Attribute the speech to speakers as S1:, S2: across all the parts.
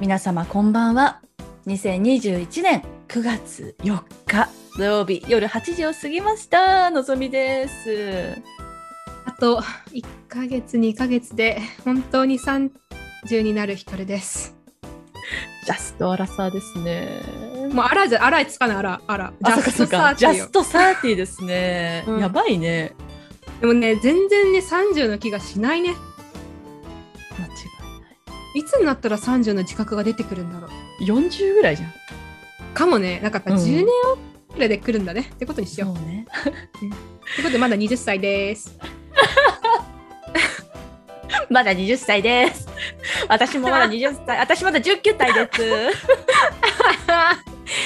S1: 皆様こんばんは2021年9月4日土曜日夜8時を過ぎましたのぞみです
S2: あと1ヶ月2ヶ月で本当に30になる光です。
S1: ジャストアラサーですね
S2: もうあらじゃあらつかないあらあら。
S1: あそっかそっかジャ
S2: よ
S1: ス。トサーティーですね、
S2: うん
S1: やばいね
S2: でもね全然ね30の気がしないね。
S1: 間違
S2: いつになったら30の自覚が出てくるんだろう。
S1: いない40ぐらいじゃん
S2: かもねなんかやっぱ
S1: うん
S2: 10年遅れで来るんだね、ってことにしよう。っ
S1: うね
S2: てことでまだ20 歳です。
S1: まだ20歳です私もまだ20歳私まだ19歳です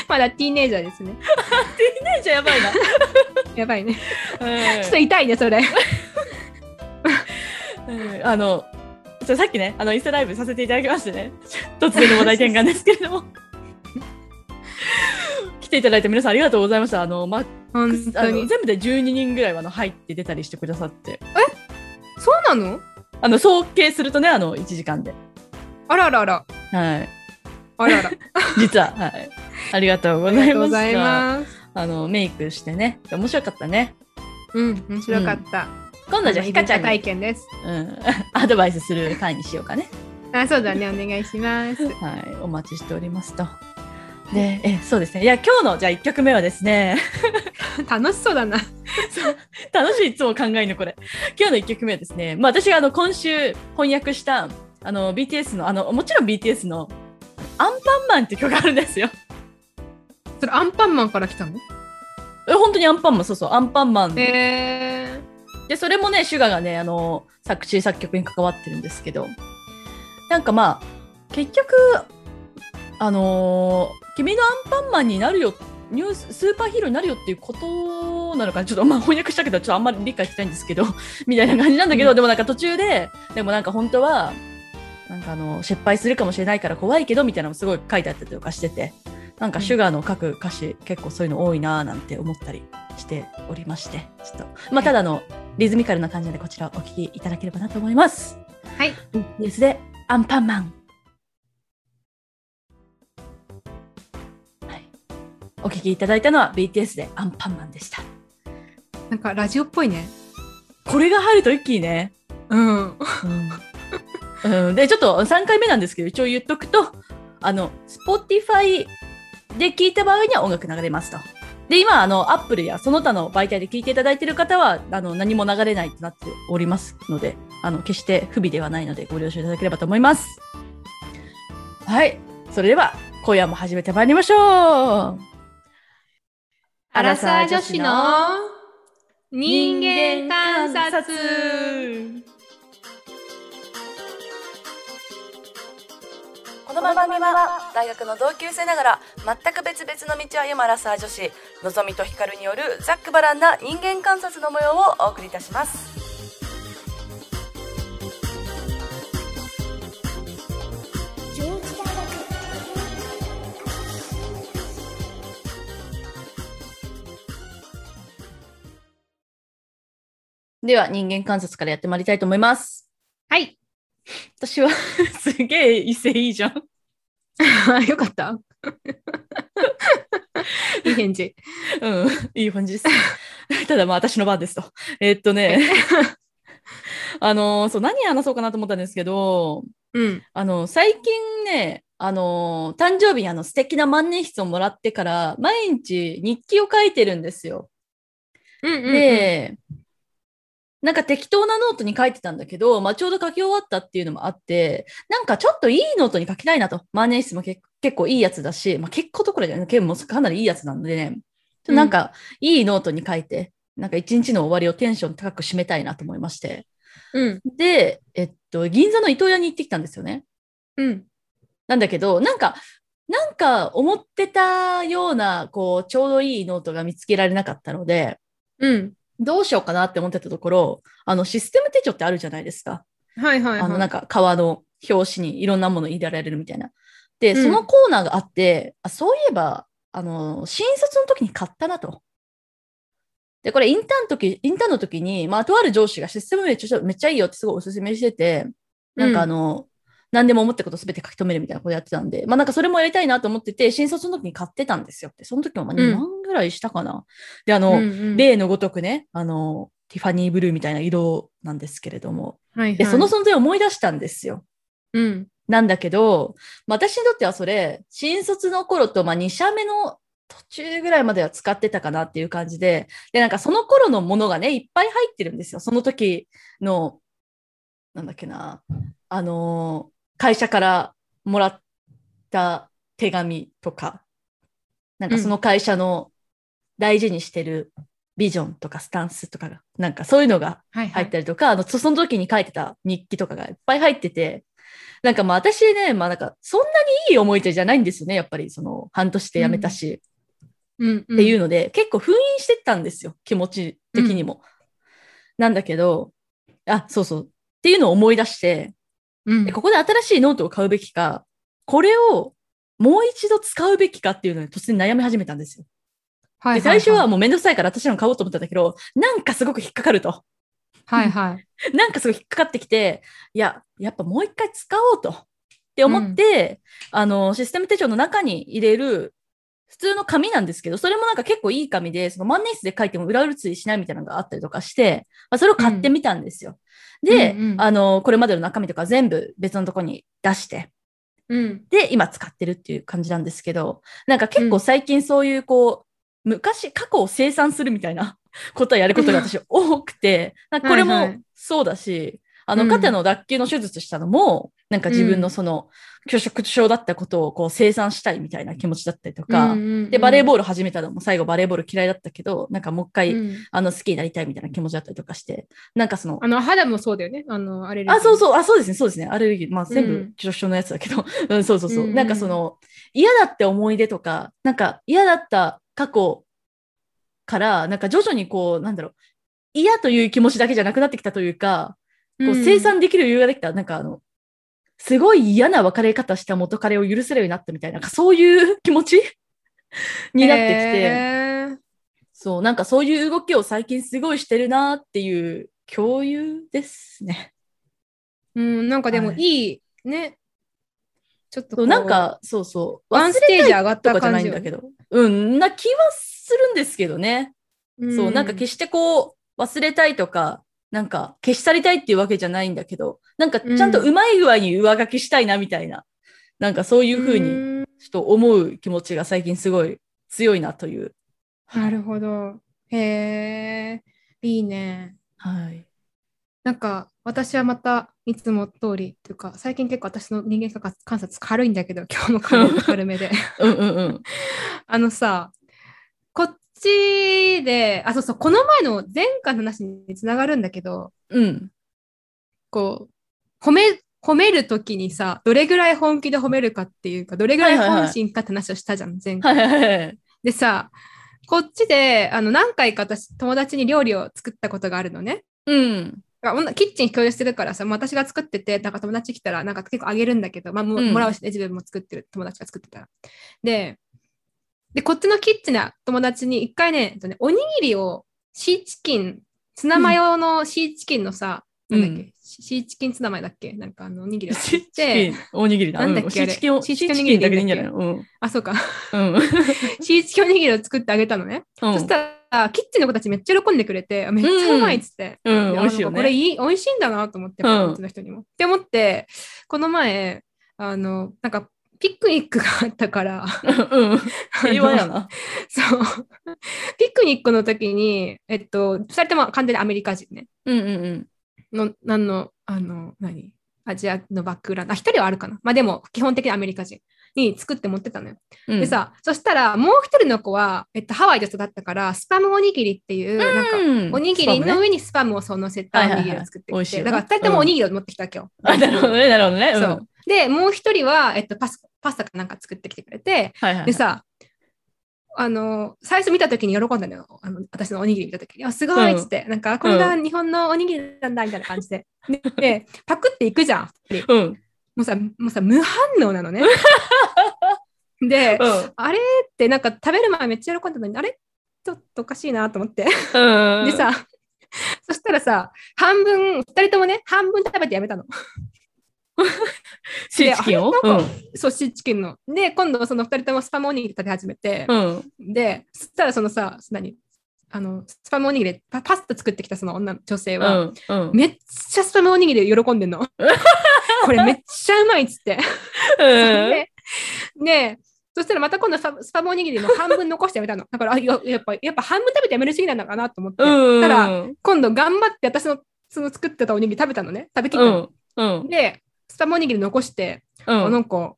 S2: まだティーネイジャーですね。
S1: じゃやばい な、
S2: やばいね。ちょっと痛いねそれ。
S1: うんあの、そうさっきね、あのインスタライブさせていただきましてね、 突然の話題転換ですけれども。 来ていただいた皆さんありがとうございました。あの、マッ
S2: 本
S1: クス、あ
S2: 当
S1: の
S2: に。
S1: 全部で12人ぐらいはあの入って出たりしてくださって、
S2: そうなの
S1: あの、総計するとね、あの、1時間で。
S2: あらあらあら。
S1: はい。
S2: あら あら。
S1: 実は、はい。ありがとうご
S2: あ
S1: ざ
S2: りが
S1: い
S2: とう
S1: ま
S2: ご
S1: し
S2: ざい
S1: た。
S2: ます。
S1: あの、メイクしてね、面白かったね。
S2: うん面白かった。
S1: 今度じゃあ、ひかちゃん
S2: 体
S1: に、
S2: 験です。
S1: うん、アドバイスする回にしようかね。
S2: あ、そうだね、お願いします。
S1: はい、お待ちしておりますと。で、え、そうですね。いや、今日の、じゃあ1曲目はですね、
S2: 楽しそうだな。
S1: 楽しいいつも考えるの、これ。今日の1曲目はですね、まあ私があの、今週翻訳した、あの、BTS の、あの、もちろん BTS の、アンパンマンって曲があるんですよ。
S2: それアンパンマンから来たの？
S1: え本当にアンパンマン、そうそう、アンパンマン。で、
S2: え
S1: それもね、シュガがね、あの、作詞作曲に関わってるんですけど、なんかまあ、結局、あのー君のアンパンマンになるよ、ニュース、スーパーヒーローになるよっていうことなのかな、ちょっとまあ翻訳したけど、ちょっとあんまり理解してないんですけど、 みたいな感じなんだけど、
S2: うん
S1: でもなんか途中で、でもなんか本当は、なんかあの、失敗するかもしれないから怖いけど、みたいなのもすごい書いてあったりとかしてて、なんかシュガーの書く歌詞、結構そういうの多いなぁなんて思ったりしておりまして、ちょっと、まあただあの、リズミカルな感じなのでこちらをお聴きいただければなと思います。
S2: ー、はい。
S1: ニュースでアンパンマン。はい。お聞きいただいたのは BTS でアンパンマンでした。
S2: なんかラジオっぽいね。
S1: これが入ると一気にね。
S2: うん。
S1: うん。で、ちょっと3回目なんですけど、一応言っとくと、あの、Spotify で聞いた場合には音楽流れますと。で、今、あの、Apple やその他の媒体で聞いていただいている方は、あの、何も流れないとなっておりますので、あの、決して不備ではないので、ご了承いただければと思います。はい。それでは、今夜も始めてまいりましょう。
S2: アラサー女子の人間観察。
S1: この番組は大学の同級生ながら全く別々の道を歩むアラサー女子のぞみとひかるによるざっくばらんな人間観察の模様をお送りいたしますでは人間観察からやってまいりたいと思います
S2: はい。
S1: 私は すげえ威勢いいじゃん
S2: よかった。 いい返事。
S1: うん、いい感じです。 ただまあ私の番ですと。えーっとね、あのーそう、何話そうかなと思ったんですけど、
S2: うん。
S1: あの、最近ね、あのー誕生日にあの素敵な万年筆をもらってから、毎日日記を書いてるんですよ。
S2: うんうん、うん。
S1: で、なんか適当なノートに書いてたんだけど、まあ、ちょうど書き終わったっていうのもあって、なんかちょっといいノートに書きたいなと。万年筆も結結構いいやつだし、まあ、結構どころじゃない、結構もうかなりいいやつなんでね、ちょっとなんかいいノートに書いて、なんか一日の終わりをテンション高く締めたいなと思いまして。
S2: うん。
S1: で、えっと、銀座の伊東屋に行ってきたんですよね。
S2: うん。
S1: なんだけど、なんか、なんか思ってたような、こう、ちょうどいいノートが見つけられなかったので、
S2: うん。
S1: どうしようかなって思ってたところ、あのシステム手帳ってあるじゃないですか。
S2: はいはいはい。
S1: あのなんか革の表紙にいろんなもの入れられるみたいな。で、
S2: うん
S1: そのコーナーがあって、あそういえば、あの、新卒の時に買ったなと。で、これインターンの時、インターンの時に、まあ、とある上司がシステムめっちゃめっちゃいいよってすごいおすすめしてて、なんかあの、何でも思ったことすべて書き留めるみたいなことやってたんで、まあなんかそれもやりたいなと思ってて、新卒の時に買ってたんですよって、その時もまあ
S2: うん
S1: 2万ぐらいしたかな。で、あの、
S2: うんうん
S1: 例のごとくね、あの、ティファニーブルーみたいな色なんですけれども、
S2: はいはい
S1: で、その存在を思い出したんですよ。
S2: うん
S1: なんだけど、まあ私にとってはそれ、新卒の頃と、まあ、2社目の途中ぐらいまでは使ってたかなっていう感じで、で、なんかその頃のものがね、いっぱい入ってるんですよ。その時の、なんだっけな、あのー会社からもらった手紙とか、なんかその会社の大事にしてるビジョンとかスタンスとかが、なんかそういうのが
S2: はいは
S1: 入っ
S2: い
S1: たりとか、あの、そその時に書いてた日記とかがいっぱい入ってて、なんかまあ私ね、まあなんかそんなにいい思い出じゃないんですよね、やっぱりその半年で辞めたし、
S2: うんうん
S1: っていうので、結構封印してったんですよ、気持ち的にも。なんだけど、あ、そうそう。っていうのを思い出して、
S2: うん
S1: でここで新しいノートを買うべきか、これをもう一度使うべきかっていうのに突然悩み始めたんですよ。
S2: は
S1: で
S2: い
S1: 最初はいもうめんどくさいから私の買おうと思ったんだけど、なんかすごく引っかかると。
S2: はいはい
S1: なんかすごい引っかかってきて、いや、やっぱもう一回使おうと。って思って、あの、システム手帳の中に入れる、普通の紙なんですけど、それもなんか結構いい紙で、その万年筆で書いても裏写りしないみたいなのがあったりとかして、まあ、それを買ってみたんですよ。で、
S2: うんうん
S1: あの、これまでの中身とか全部別のとこに出して、
S2: うん
S1: で、今使ってるっていう感じなんですけど、なんか結構最近そういうこう、昔、過去を清算するみたいな ことをやること が私多くて、なんかこれ
S2: はい
S1: も
S2: はい
S1: そうだし、あ
S2: う
S1: の、
S2: ん
S1: 肩の脱臼の手術したのも、なんか自分のその、拒食症だったことをこう清算したいみたいな気持ちだったりとか、で、バレーボ
S2: ー
S1: ール始めたのも最後バレーボール嫌いだったけど、なんかもう一回、
S2: うん
S1: あの、好きになりたいみたいな気持ちだったりとかして、なんかその、
S2: あの肌もそうだよねあのあれ
S1: あ、そう
S2: う
S1: そう、あ、そうですね、そうですね。アレルギー、まあ全
S2: う
S1: 部
S2: ん
S1: 上昇のやつだけど、 うん、そうそうそう。
S2: うんうん
S1: なんかその、嫌だって思い出とか、なんか嫌だった過去から、なんか徐々にこう、なんだろう、嫌という気持ちだけじゃなくなってきたというか、こう生産できる余裕ができた、なんかあの、すごい嫌な別れ方した元彼を許せるようになったみたいな、なんかそういう 気持ちになってきて、
S2: て
S1: そう、なんかそういう動きを最近すごいしてるなっていう共有ですね。
S2: うんなんかでも
S1: はい
S2: いいねちょっと
S1: そ
S2: こ
S1: う
S2: う
S1: なんか、そうそう。
S2: ワ
S1: 忘
S2: ン
S1: れ
S2: ステージ上がった
S1: と
S2: 感
S1: か
S2: じ
S1: じゃないんだけど。うん、な気はするんですけどね。
S2: ど
S1: そう、なんか決してこう、忘れたいとか、なんか消し去りたいっていうわけじゃないんだけど、なんかちゃんとうまい具合に上書きしたいなみたいな、なんかそういうふうに、
S2: に
S1: ちょっと思う気持ちが最近すごい強いなという。
S2: なるほどへえいいね
S1: はい。
S2: なんか私はまたいつも通りというか最近結構私の人間観察軽いんだけど 今日も軽 い軽めで
S1: うんうんうん。
S2: あのさこっちであそうそうこの前の前回の話につながるんだけど
S1: うん。
S2: こう褒め褒めるときにさどれぐらい本気で褒めるかっていうかどれぐらい本心かって話をしたじゃん前回
S1: はいはいはい。
S2: でさこっちであの何回か私友達に料理を作ったことがあるのね
S1: うん。
S2: あ女キッチン共有してるからさ、まあ私が作ってて、なんか友達来たら、なんか結構あげるんだけど、まあも,、
S1: うん
S2: もらうしね、自分も作ってる、友達が作ってたら。で、で、こっちのキッチンの友達に一回ね、えっとねおにぎりをシーチキン、ツナマヨのシーチキンのさ、
S1: うん
S2: なんだっけ、シシーチキンツナマヨだっけなんかあのおにぎりを作
S1: シ
S2: っ
S1: ーチキ
S2: て
S1: ン、、おにぎりだ。
S2: なんだっけ
S1: うんシ
S2: あ
S1: ー
S2: れ
S1: チキンを、シ
S2: シ
S1: ー
S2: ー
S1: チ
S2: チ
S1: キ
S2: キン
S1: ン
S2: おに
S1: だ
S2: ぎり
S1: けでいいんじ
S2: でいいんだ
S1: ゃ
S2: っ
S1: な
S2: け
S1: いのうん。
S2: あ、そうか。
S1: うん。
S2: シーチキンおにぎりを作ってあげたのね。
S1: うん
S2: そしたら、キッチンの子たちめっちゃ喜んでくれて、あめっちゃうまいっつって。
S1: うん、
S2: で
S1: 美
S2: あ
S1: 味しいよ
S2: なんかこれ
S1: ね。
S2: いい、美味しいんだなと思って、
S1: うん
S2: こっちの人にも。って思って、この前、あの、なんか、ピクニックがあったか ら、
S1: うん。平和や
S2: あの
S1: な。
S2: そう。ピクニックの時に、えっと、二人とも完全にアメリカ人ね。
S1: うんうんうん。
S2: の、なんの、あの、何アジアのバックグラウンド。あ、一人はあるかな。まあでも、基本的にアメリカ人に作って持ってたのよ。
S1: うん
S2: で、さ、そしたら、もう一人の子は、えっと、ハワイで育ったから、スパムおにぎりっていう、なんか、
S1: うん
S2: おにぎりの上にスパムをそう乗せたおにぎりを作って
S1: はいはいはい美味
S2: き
S1: しい
S2: て、
S1: よ
S2: だ
S1: な
S2: から2人ともおにぎりを持ってきたわけよ。
S1: あ、なるほどね、なるほどね。うん
S2: そう。で、もう一人は、えっと、パスパスタかなんか作ってきてくれて、
S1: はいはい。
S2: でさ、あの、最初見た時に喜んだのよ。あの私のおにぎり見た時に、あ、すごいっつって、なんか、これが日本のおにぎりなんだみたいな感じで。でで、パクっていくじゃん。二人
S1: うん。うん。
S2: もうさ、もうさ、無反応なの ね。で、あれって、なんか食べる前めっちゃ喜んだのに、あれちょっとおかしいなと思って。
S1: うん。
S2: で、さ、 そしたらさ、半分、二人ともね、半分食べてやめたの。
S1: シーチキンを
S2: で
S1: う
S2: あれなんん。そう、シーチキンの。で、今度その二人ともスパムおにぎり食べ始めて、
S1: うん。
S2: で、そしたらそのさ、何あの、スパムおにぎりでパパスタ作ってきたその女の女性
S1: う
S2: は、
S1: ん。うん。
S2: めっちゃスパムおにぎりで喜んで んの。これめっちゃうまいっつって。
S1: うん。
S2: で、でそしたらまた今度スパスパムおにぎりの半分残してやめたの。だから、あややっぱ、やっぱ半分食べてやめる主義なんだかなと思って、
S1: うん。
S2: たら、今度頑張って私のその作ってたおにぎり食べたのね。食べきっ
S1: う
S2: たの。
S1: ん。うん。
S2: で、スパムおにぎり残して、
S1: う
S2: あ
S1: ん。
S2: なんか、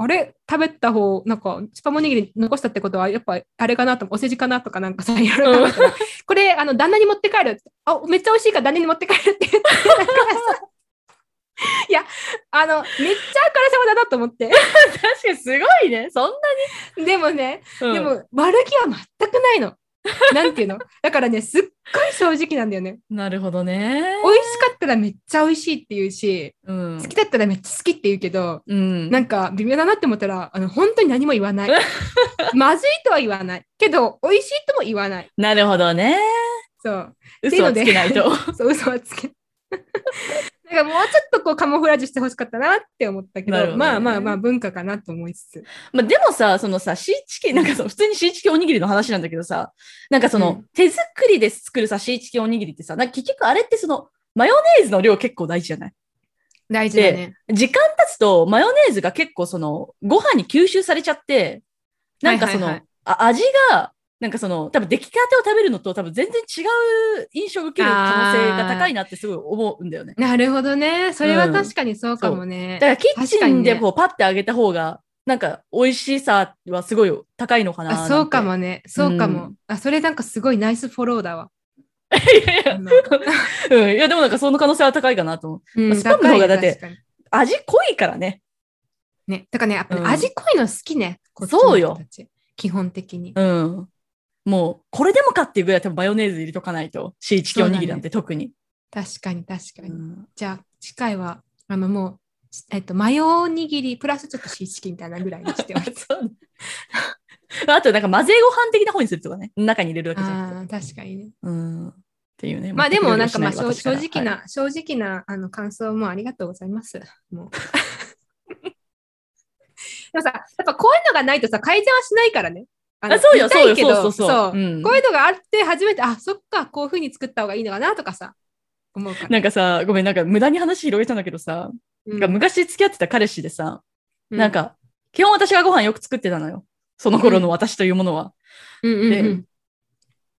S2: あれ食べた方、なんか、スパムおにぎり残したってことは、やっぱ、あれかなと、お世辞かなとか、なんかさ、やるかなとか、 これ、あの、旦那に持って帰るってあ、めっちゃ美味しいから旦那に持って帰るって言ってたから さ、いや、あの、めっちゃあからさまだなと思って。
S1: 確かにすごいね。そん
S2: でもね、
S1: な。
S2: で、も、悪気は全くないの。なんていうのだからね、すっごい正直なんだよね。
S1: なるほどね。
S2: 美味しかったらめっちゃ美味しいって言うし、
S1: うん
S2: 好。きだったらめっちゃ好きって言うけど、
S1: うん。
S2: なんか微妙だなって思ったらあの本当に何も言 わないまずいとは言わないけど美味しいとも言わない
S1: なるほどね。
S2: そう
S1: 嘘はつけないと。
S2: そう嘘はつけ なんかもうちょっとこうカモフラージュしてほしかったなって思ったけど
S1: なるほどね
S2: まあまあまあ文化かなと思いつつ
S1: まあ、でもさ、そのさ、シーチキン、なんかその普通にシーチキンおにぎりの話なんだけどさ、なんかその、
S2: うん
S1: 手作りで作るさ、シーチキンおにぎりってさ、なんか結局あれってその、マヨネーズの量結構大事じゃない
S2: 大事だね
S1: 時間経つと、マヨネーズが結構その、ご飯に吸収されちゃって、なんかその、
S2: はいはい
S1: あ味が、なんかその、多分出来たてを食べるのと多分全然違う印象を受ける可能性が高いなってすごい思うんだよね。
S2: なるほどねそれは確かにそうかもね
S1: だ、からキッ
S2: 確か
S1: チ
S2: に
S1: ンで
S2: ね
S1: こうパッてあげた方が、なんか美味しさはすごい高いのかななん
S2: あ
S1: て
S2: そうか。もねそうかも、
S1: う
S2: あそれなんかすごいナイスフォローだ わ、
S1: いやいや
S2: あ の
S1: うん、いやでもなんかその可能性は高いかなと思う。
S2: うん
S1: スパムの方がだって
S2: 高いね確かに
S1: 味濃いからね。
S2: ね、だからね、やっぱね
S1: うん
S2: 味濃いの好きね。こっちの
S1: そうよ
S2: 人たち。基本的に。
S1: うん。もう、これでもかっていうぐらい多分マヨネーズ入れとかないと。シーチキンおにぎりなんて特に。
S2: 確かに確かに。
S1: うん。
S2: じゃあ、次回は、あのもう、えっと、マヨおにぎり、プラスちょっとシーチキンみたいなぐらいに しておいて
S1: そう あとなんか混ぜご飯的な方にするとかね。中に入れるだけじゃなくて。
S2: あー確かにね。
S1: うん。っていうね。
S2: まあでも、なんかまあ
S1: 全く
S2: 正
S1: 料理をし
S2: 正
S1: ない
S2: 直。
S1: 私からはい
S2: な、正直なあの感想もありがとうございます。も うでもさ、やっぱこういうのがないとさ、改善はしないからね。あの
S1: あ、そうよ、
S2: 見た
S1: そう
S2: い
S1: よ、
S2: け
S1: そう
S2: ど
S1: そうそう。うん
S2: こういうのがあって初めて、あ、そっか、こういうふうに作った方がいいのかなとかさ、思うから。
S1: なんかさ、ごめん、なんか無駄に話広げたんだけどさ、
S2: う
S1: な
S2: ん
S1: んか昔付き合ってた彼氏でさ、なん、か、基本私がご飯よく作ってたのよ。その頃の私というものは。
S2: うんうんうんうん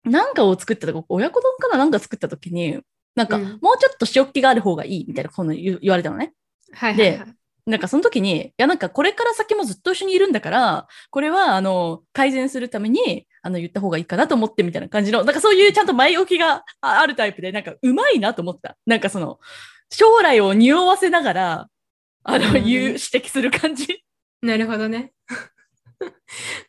S1: なんかを作ってたとこ、親子丼かななんか作った時に、なんか、
S2: うん
S1: もうちょっと塩っ気がある方がいいみたいなこと言う言われたのね。
S2: はいはいはい、
S1: なんかその時に、いやなんかこれから先もずっと一緒にいるんだから、これはあの、改善するために、あの、言った方がいいかなと思ってみたいな感じの、なんかそういうちゃんと前置きがああるタイプで、なんかうまいなと思った。なんかその、将来を匂わせながら、あの、
S2: うん
S1: 言う、指摘する感じ。
S2: なるほどね。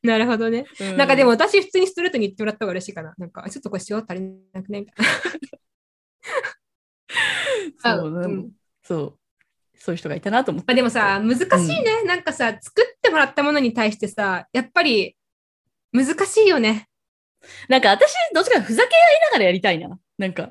S2: なるほどね。なんかでも、私普通にストレートに言ってもらった方が嬉しいかな。なんかちょっとこれ塩足りなくねみたいな。
S1: そう、
S2: あうん
S1: そう、そういう人がいたなと思っ
S2: まあ
S1: て。
S2: でもさ、難しいね、なんかさ、作ってもらったものに対してさ、やっぱり難しいよね。
S1: なんか私、どっちかふざけ合いながらやりたいな。なんか、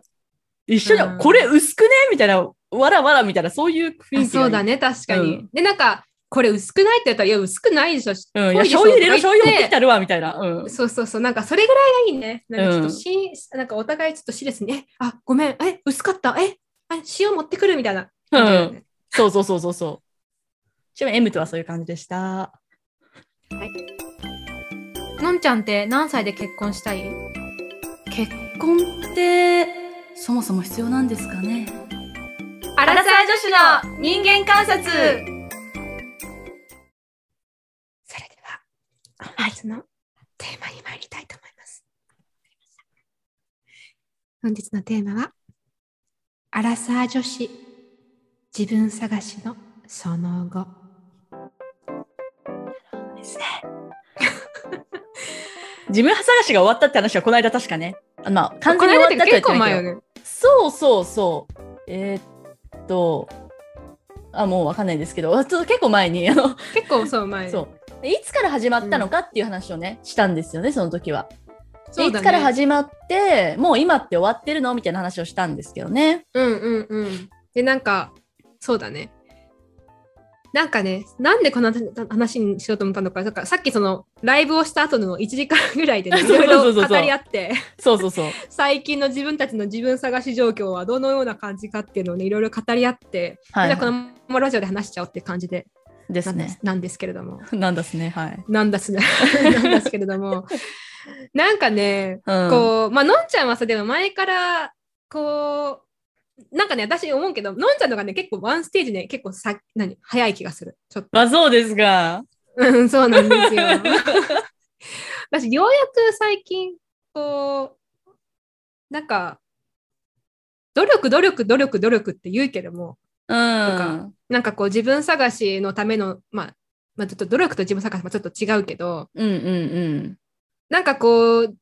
S1: 一緒に、
S2: うん
S1: これ薄くねみたいな、わらわらみたいな、そういう雰囲
S2: あ
S1: 気。
S2: そうだ。ね、確かに。
S1: うん
S2: で、なんか、これ薄くないって言ったら、いや、薄くないでしょ。
S1: うん、いや、
S2: 濃いでしょ
S1: 醤油入れろ、醤油持
S2: とか
S1: って
S2: 言
S1: きたるわ、みたいな。うん。
S2: そうそうそう、なんかそれぐらいがいいね。なんかちょっと
S1: うん
S2: し、なんかお互いちょっとしれすに、え、あ、ごめん、え、薄かった、え、あ塩持ってくるみたいな。
S1: うんそうそうそうそうそう。ちなみに M とはそういう感じでした。
S2: のんちゃんって何歳で結婚したい
S1: 結婚って、そもそも必要なんですかね
S2: アラサー女子の人間観察それでは、本日のテーマに参りたいと思います。本日のテーマは、アラサー女子、自分探しのその後。
S1: ですね。自分探しが終わったって話はこの間確かね。あまあ、完全に終わったとは言ってないけど。
S2: ね。
S1: そうそうそう。えーっと、あ、もうわかんないですけど、ちょっと結構前に、あの、
S2: 結構そう前。
S1: そう。いつから始まったのかっていう話をね、したんですよね、その時は。で
S2: そう
S1: い
S2: だ
S1: つ
S2: ね
S1: から始まって、もう今って終わってるのみたいな話をしたんですけどね。
S2: うんうんうん。で、なんか、そうだね。なんかね、なんでこの話にしようと思ったのか、なんかさっきそのライブをした後の1時間ぐらいでね、い
S1: そうそう
S2: ろい
S1: そうそう
S2: ろ語り合って、
S1: そう そうそう。
S2: 最近の自分たちの自分探し状況はどのような感じかっていうのをね、いろいろ語り合って、
S1: はい、
S2: じゃあこのままラジオで話しちゃおうって感じで
S1: で
S2: な
S1: す
S2: んです
S1: ね。
S2: なんですけれども、
S1: なんだっすね、はい。
S2: なんだ すね、なんですけれども、なんかね、
S1: うん、
S2: こう、まあ、のんちゃんはさ、でも前から、こう、なんかね、私思うけど、のんちゃんのがね、結構ワンステージね、結構さ、何、早い気がする。ちょっと。
S1: まあそうですが。
S2: うん、そうなんですよ。 私、ようやく最近、こう、なんか、努力、努力、努力、努力って言うけども、
S1: う
S2: か
S1: ん。
S2: なんかこう、自分探しのための、まあ、まあ、ちょっと努力と自分探しもちょっと違うけど、
S1: うんうん
S2: なんかこう、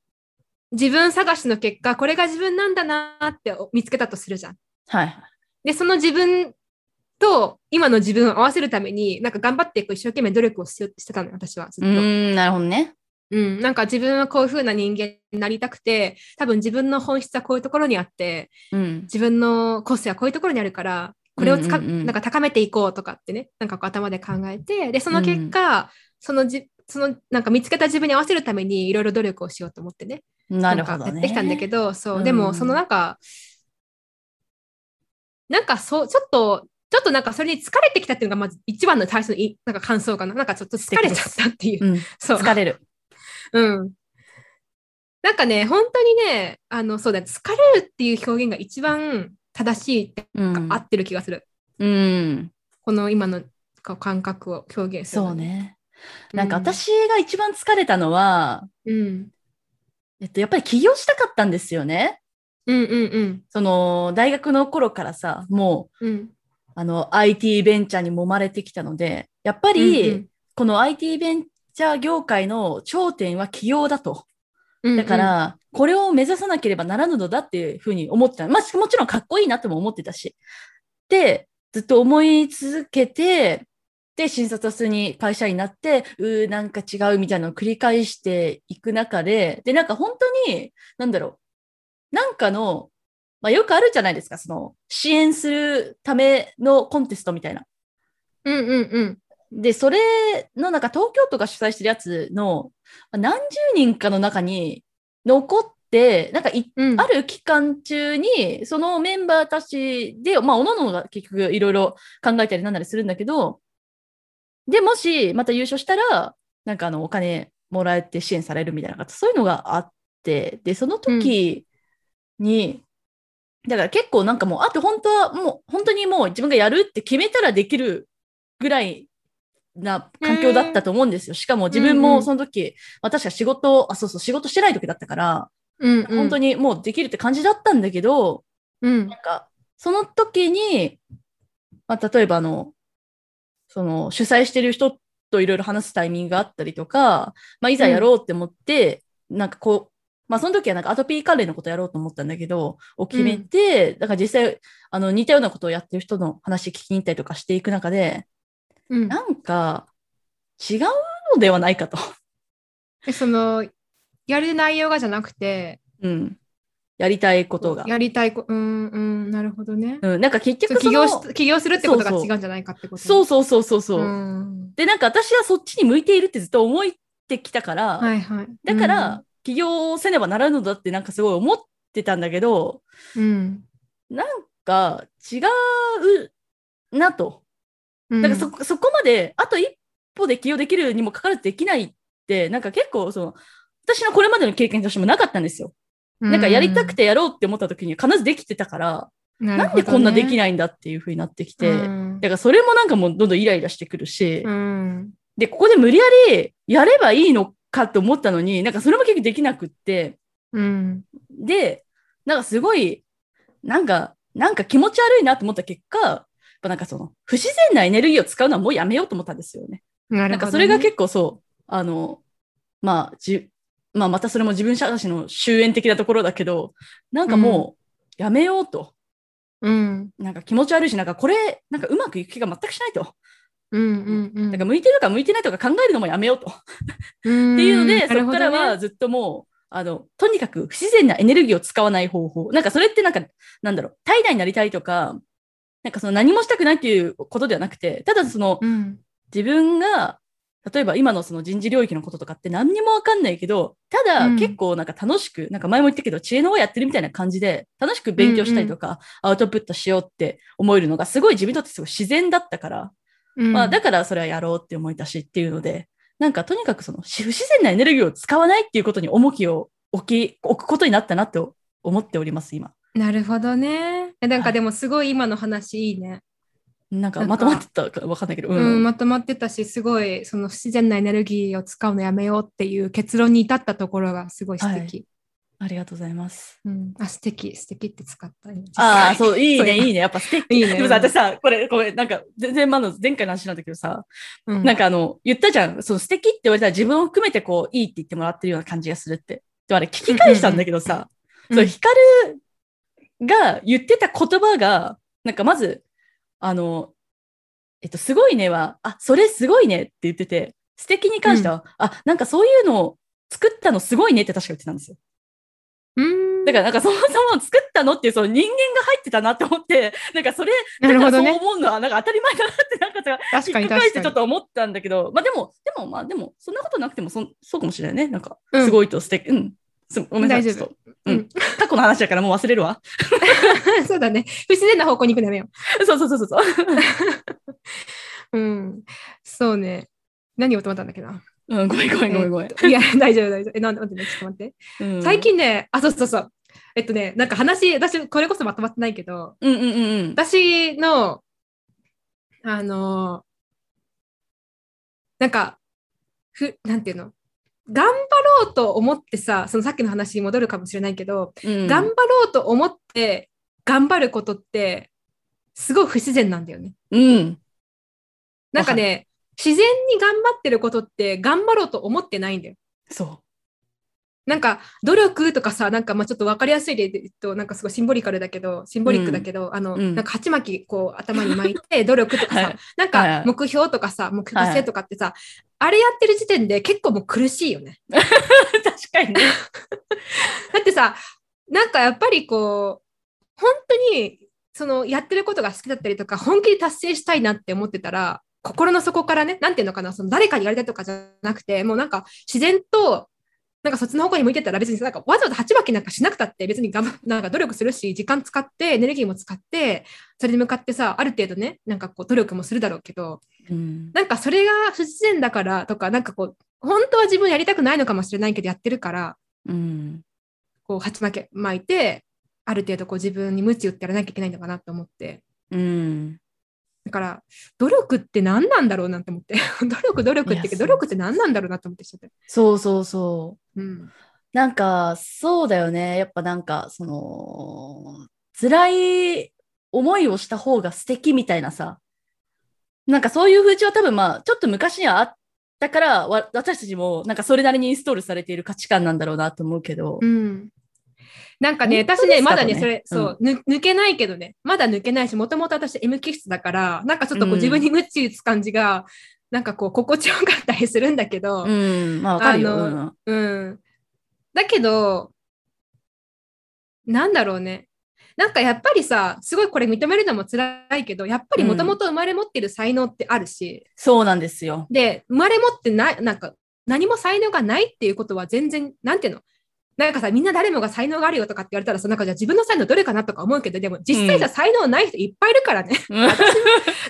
S2: 自分探しの結果、これが自分なんだなーって見つけたとするじゃん。
S1: はい。
S2: で、その自分と今の自分を合わせるために、なんか頑張ってこう一生懸命努力をしようしてたのよ、私はずっ
S1: う
S2: と。
S1: ーん、なるほどね。
S2: うん、なんか自分はこういう風な人間になりたくて多分自分の本質はこういうところにあって
S1: うん。
S2: 自分の個性はこういうところにあるからこれをつか、
S1: うんうんうん
S2: なんか高めていこうとかってねなんかこう頭で考えてでその結果、そのじそのなんか見つけた自分に合わせるためにいろいろ努力をしようと思ってね
S1: なるほ
S2: ん
S1: ど
S2: か
S1: ね。
S2: やってきたんだけどそう、
S1: うん
S2: でもそのなんかなんかそうちょっとちょっとなんかそれに疲れてきたっていうのがまず一番の最初のいなんか感想かななんかちょっと疲れちゃったっていう、
S1: うん、
S2: そう
S1: 疲れる。
S2: うん。なんかね、本当にね、あの、そうだ、疲れるっていう表現が一番正しいって
S1: うん
S2: 合ってる気がする。
S1: うん、
S2: この今のこう感覚を表現する
S1: そ
S2: の
S1: う
S2: に。
S1: ね。
S2: うん
S1: なんか、私が一番疲れたのは、
S2: うん。
S1: えっと、やっぱり起業したかったんですよね。
S2: うんうん
S1: その大学の頃からさ、も
S2: うん。うん。
S1: うあの IT ベンチャーに揉まれてきたので、やっぱ
S2: うんう
S1: り
S2: ん
S1: この IT ベンチャー業界の頂点は起業だと。
S2: うんうん
S1: だから、これを目指さなければならぬのだっていうふうに思ってた。まあ、もちろんかっこいいなとも思ってたし。で、ずっと思い続けて、で、診察室に会社員になって、うー、なんか違うみたいなのを繰り返していく中で、で、なんか本当に、なんだろう、なんかの、まあ、よくあるじゃないですか、その、支援するためのコンテストみたいな。
S2: うんうんうん。
S1: で、それのなんか東京都が主催してるやつのまあ何十人かの中に残って、なんかい
S2: うん。
S1: ある期間中に、そのメンバーたちで、まあ、おののが結局いろいろ考えたりなんなりするんだけど、で、もしまた優勝したら、なんかあの、お金もらえて支援されるみたいな、そういうのがあって、で、その時に、だから結構なんかもう、あと本当はもう、本当にもう自分がやるって決めたらできるぐらいな環境だったと思うんですよ。しかも自分
S2: うんう
S1: も
S2: ん
S1: その時、まあ確か仕事、あ、そうそう、仕事してない時だったから、
S2: うんうん。
S1: 本当にもうできるって感じだったんだけど、
S2: うん
S1: なんか、その時に、まあ、例えばあの、その、主催してる人といろいろ話すタイミングがあったりとか、まあ、いざやろうって思って、なんかこう、まあ、その時はなんかアトピー関連のことやろうと思ったんだけど、を決めて、だから実際、あの、似たようなことをやってる人の話聞きに行ったりとかしていく中で、
S2: うん。
S1: なんか、違うのではないかと。
S2: でその、やる内容がじゃなくて、
S1: うん。やりたいことが。
S2: やりたいこ、うんうん、なるほどね。
S1: うん、なんか結局そ
S2: 起
S1: の
S2: 業し、起業するってことが違うんじゃないかってことね。
S1: そうそうそうそうそう。
S2: うん
S1: で、なんか私はそっちに向いているってずっと思ってきたから、
S2: はいはい。
S1: だから、起業せねばならぬのだってなんかすごい思ってたんだけど、
S2: うん、うん。
S1: が違うなと。
S2: うん
S1: だからそ,、そこまで、あと一歩で起業できるにもかかわらずできないって、なんか結構その、私のこれまでの経験としてもなかったんですよ。なんかやりたくてやろうって思った時には必ずできてたから、
S2: な
S1: なんでこんなでき
S2: いっ
S1: ないんだっていう風になってきて、だからそれもなんかもうどんどんイライラしてくるし、
S2: うん
S1: で、ここで無理やりやればいいのかと思ったのに、なんかそれも結局できなくって、
S2: うん
S1: で、なんかすごい、なんか、なんか気持ち悪いなと思った結果、やっぱなんかその、不自然なエネルギーを使うのはもうやめようと思ったんですよね。
S2: な
S1: なん
S2: るほど
S1: か
S2: ね
S1: それが結構そう、あの、まあ、じまあ、またそれも自分探しの終焉的なところだけど、なんかもう、やめようと。
S2: うん
S1: なんか気持ち悪いし、なんかこれ、なんかうまくいく気が全くしないと。
S2: うんうんうん
S1: なんか向いてるか向いてないとか考えるのもやめようと。
S2: て
S1: っていうので、
S2: な
S1: そ
S2: る
S1: こ
S2: ほ
S1: か
S2: ど
S1: ら
S2: ね
S1: はずっともう、あの、とにかく不自然なエネルギーを使わない方法。なんかそれってなんか、なんだろう、怠惰になりたいとか、なんかその何もしたくないっていうことではなくて、ただその
S2: うん。
S1: 自分が、例えば今のその人事領域のこととかって何にもわかんないけど、た
S2: う
S1: だ
S2: ん
S1: 結構なんか楽しく、なんか前も言ったけど知恵の輪やってるみたいな感じで、楽しく勉強したりとか、アウトプットしようって思えるのがすごい自分にとってすごい自然だったから、
S2: うん
S1: まあだからそれはやろうって思いたしっていうので、なんかとにかくそのし不自然なエネルギーを使わないっていうことに重きを置き、置くことになったなと思っております、今。
S2: なるほどね。えなん
S1: は
S2: か
S1: い
S2: でもすごい今の話いいね。
S1: なんか
S2: なんか
S1: まとまってたかわかんないけど、うん
S2: うん、まとまってたし、すごいその不自然なエネルギーを使うのやめようっていう結論に至ったところがすごい素敵。
S1: ありがとうございます。
S2: うん、あ、素敵、素敵って使った。今
S1: ああ、そう、いい
S2: そうや
S1: ね、いいね。やっぱ素敵。
S2: いいね
S1: でもさ、私さ、これ、これ、なんか、全然、まだ前回の話なんだけどさ、
S2: うん
S1: なんかあの、言ったじゃん、その素敵って言われたら自分を含めてこう、いいって言ってもらってるような感じがするって。でもあれ、聞き返したんだけどさ、
S2: うん
S1: そう、ヒカルが言ってた言葉が、なんかまず、あの、えっと、すごいねは、あ、それすごいねって言ってて、素敵に関しては、あ、なんかそういうのを作ったのすごいねって確か言ってたんですよ。
S2: うん、
S1: だからなんかそもそも作ったのっていうその人間が入ってたなって思って、なんかそれ、
S2: なるほど
S1: だから
S2: ね。
S1: そう思うのはなんか当たり前だなってなんかさ、
S2: 確か
S1: 引
S2: に
S1: っか返
S2: 確
S1: し
S2: か
S1: て
S2: に。
S1: ちょっと思ったんだけど、まあでも、でもまあでも、そんなことなくてもそんそうかもしれないね。なんか、
S2: うん
S1: すごいと素敵。うん。すごめんなさい。
S2: 大丈
S1: ちょ
S2: 夫
S1: っとう
S2: うんん。
S1: 過去の話だからもう忘れるわ。
S2: そうだね。不自然な方向に行くのやめよ
S1: そうそうそうそう。
S2: う。うん。そうね。何をと思ったんだっけな。
S1: うん、ごめんごめんごめんごめん
S2: えっといや、 大丈夫、大丈夫。え、なんで、待ってね、ちょっと待って。
S1: うん。
S2: 最近ね、あ、そうそうそう。えっとね、なんか話、私、これこそまとまってないけど、
S1: うんうんうんうん。
S2: 私の、あのなんか、ふ、なんていうの頑張ろうと思ってさ、そのさっきの話に戻るかもしれないけど、
S1: うん
S2: 頑張ろうと思って頑張ることって、すごい不自然なんだよね。
S1: うん。
S2: なんかね、自然に頑張ってることって、頑張ろうと思ってないんだよ。
S1: そ
S2: なんか努力とかさなんかまあちょっと分かりやすい例で言うとなんかすごいシンボリカルだけどシンボリックだけど、あの、
S1: うん
S2: なんか鉢巻きこう頭に巻いて努力とかさ、
S1: はい
S2: なん
S1: はいは
S2: か
S1: い
S2: 目標とかさ目標達成とかってさ、あれやってる時点で結構もう苦しいよね。
S1: う。確かにね。
S2: だってさなんかやっぱりこう本当にそのやってることが好きだったりとか本気で達成したいなって思ってたら心の底からねなんていうのかなその誰かに言われたりとかじゃなくてもうなんか自然となんかそっちの方向に向いてたら別にさなんかわざわざ鉢巻きなんかしなくたって別に頑張なんか努力するし時間使ってエネルギーも使ってそれに向かってさある程度ねなんかこう努力もするだろうけど
S1: うん。
S2: なんかそれが不自然だからとかなんかこう本当は自分やりたくないのかもしれないけどやってるから
S1: うん。
S2: こう鉢巻き巻いてある程度こう自分に鞭打ってやらなきゃいけないのかなと思って
S1: うん。
S2: だから努力って何なんだろうなと思って 努力努力っ
S1: い
S2: て
S1: やそう
S2: 努力って何なんだろうなと思ってちょっと、
S1: そうそうそう。
S2: うん、
S1: なんか、そうだよね。やっぱなんか、その、辛い思いをした方が素敵みたいなさ。なんかそういう風潮は多分まあ、ちょっと昔にはあったから、わ私たちもなんかそれなりにインストールされている価値観なんだろうなと思うけど
S2: う。ん、なんかね
S1: 本当
S2: 私ね
S1: ですか
S2: まだね
S1: とね
S2: それそう、ぬ抜けないけどねまだ抜けないしもともと私 M 気質だからなんかちょっとこう
S1: うん
S2: 自分に鞭打つ感じが、なんかこう心地よかったりするんだけど、
S1: うん、まあわかるよ。
S2: あ
S1: うん
S2: うん。だけど、なんだろうね。なんかやっぱりさ、すごいこれ認めるのも辛いけど、やっぱりもともと生まれ持ってる才能ってあるし、
S1: そうなんです よ。
S2: で、生まれ持ってない、なんか何も才能がないっていうことは全然、なんていうのなんかさ、みんな誰もが才能があるよとかって言われたらさ、なんかじゃあ自分の才能どれかなとか思うけど、でも実際さ、
S1: う
S2: 才能ない人いっぱいいるからね。
S1: うん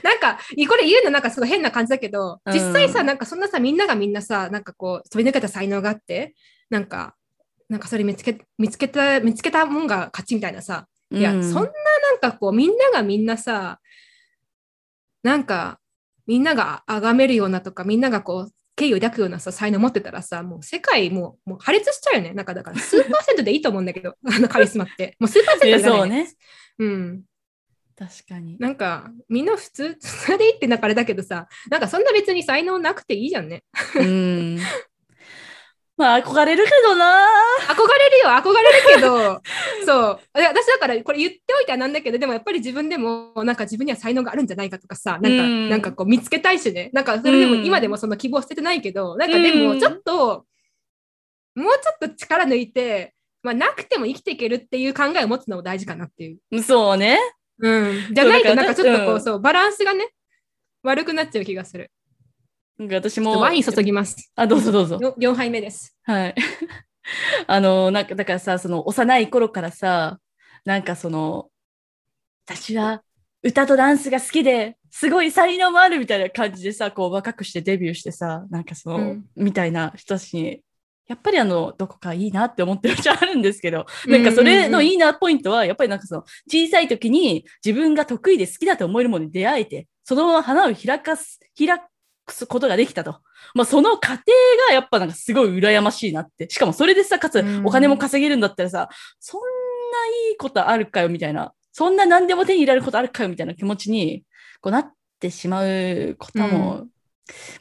S2: なんか、いこれ言うのなんかすごい変な感じだけど、
S1: うん
S2: 実際さ、なんかそんなさ、みんながみんなさ、なんかこう、飛び抜けた才能があって、なんか、なんかそれ見つけ、見つけた、見つけたもんが勝ちみたいなさ、いや、
S1: う
S2: そんななんかこう、みんながみんなさ、なんか、みんなが崇めるようなとか、みんながこう、敬意を抱くようなさ、才能持ってたらさ、もう世界もう、もう破裂しちゃうよね。なんかだから、数パーセントでいいと思うんだけど、あのカリスマって。もう数パーセント
S1: え
S2: じゃ
S1: そ
S2: な
S1: う
S2: い、
S1: ね。
S2: うん。
S1: 確かに。
S2: なんか、みんな普通、それでいいってなんかあれだけどさ、なんかそんな別に才能なくていいじゃんね。
S1: うん。まあ憧れるけどな。
S2: 憧れるよ、憧れる けど、そう。いや私だから、これ言っておいてはなんだけど、でもやっぱり自分でも、なんか自分には才能があるんじゃないかとかさ、なんか、
S1: うん
S2: なんかこう見つけたいしね。なんかそれでも、
S1: うん
S2: 今でもその希望捨ててないけど、なんかでも
S1: うん
S2: ちょっと、もうちょっと力抜いて、まあなくても生きていけるっていう考えを持つのも大事かなっていう。
S1: そうね。
S2: うん、じゃない
S1: そ
S2: と
S1: うだ
S2: なん
S1: から
S2: かちょっとこう、
S1: うん
S2: そうバランスがね悪くなっちゃう気がする。
S1: なんか私
S2: ちょっ
S1: も
S2: とワイン注ぎます。
S1: あどうぞどうぞ
S2: よ4杯目です。
S1: はい あのなんかだからさその幼い頃からさなんかその私は歌とダンスが好きですごい才能もあるみたいな感じでさこう若くしてデビューしてさなんかその、
S2: うん
S1: みたいな人たちにやっぱりあのどこかいいなって思ってる人あるんですけどなんかそれのいいなポイントは、やっぱりなんかその小さい時に自分が得意で好きだと思えるものに出会えて、そのまま花を開かす、開くすことができたと。まあその過程がやっぱなんかすごい羨ましいなって。しかもそれでさ、かつ
S2: うん
S1: お金も稼げるんだったらさ、そんないいことあるかよみたいな、そんな何でも手に入れることあるかよみたいな気持ちにこうなってしまうことも、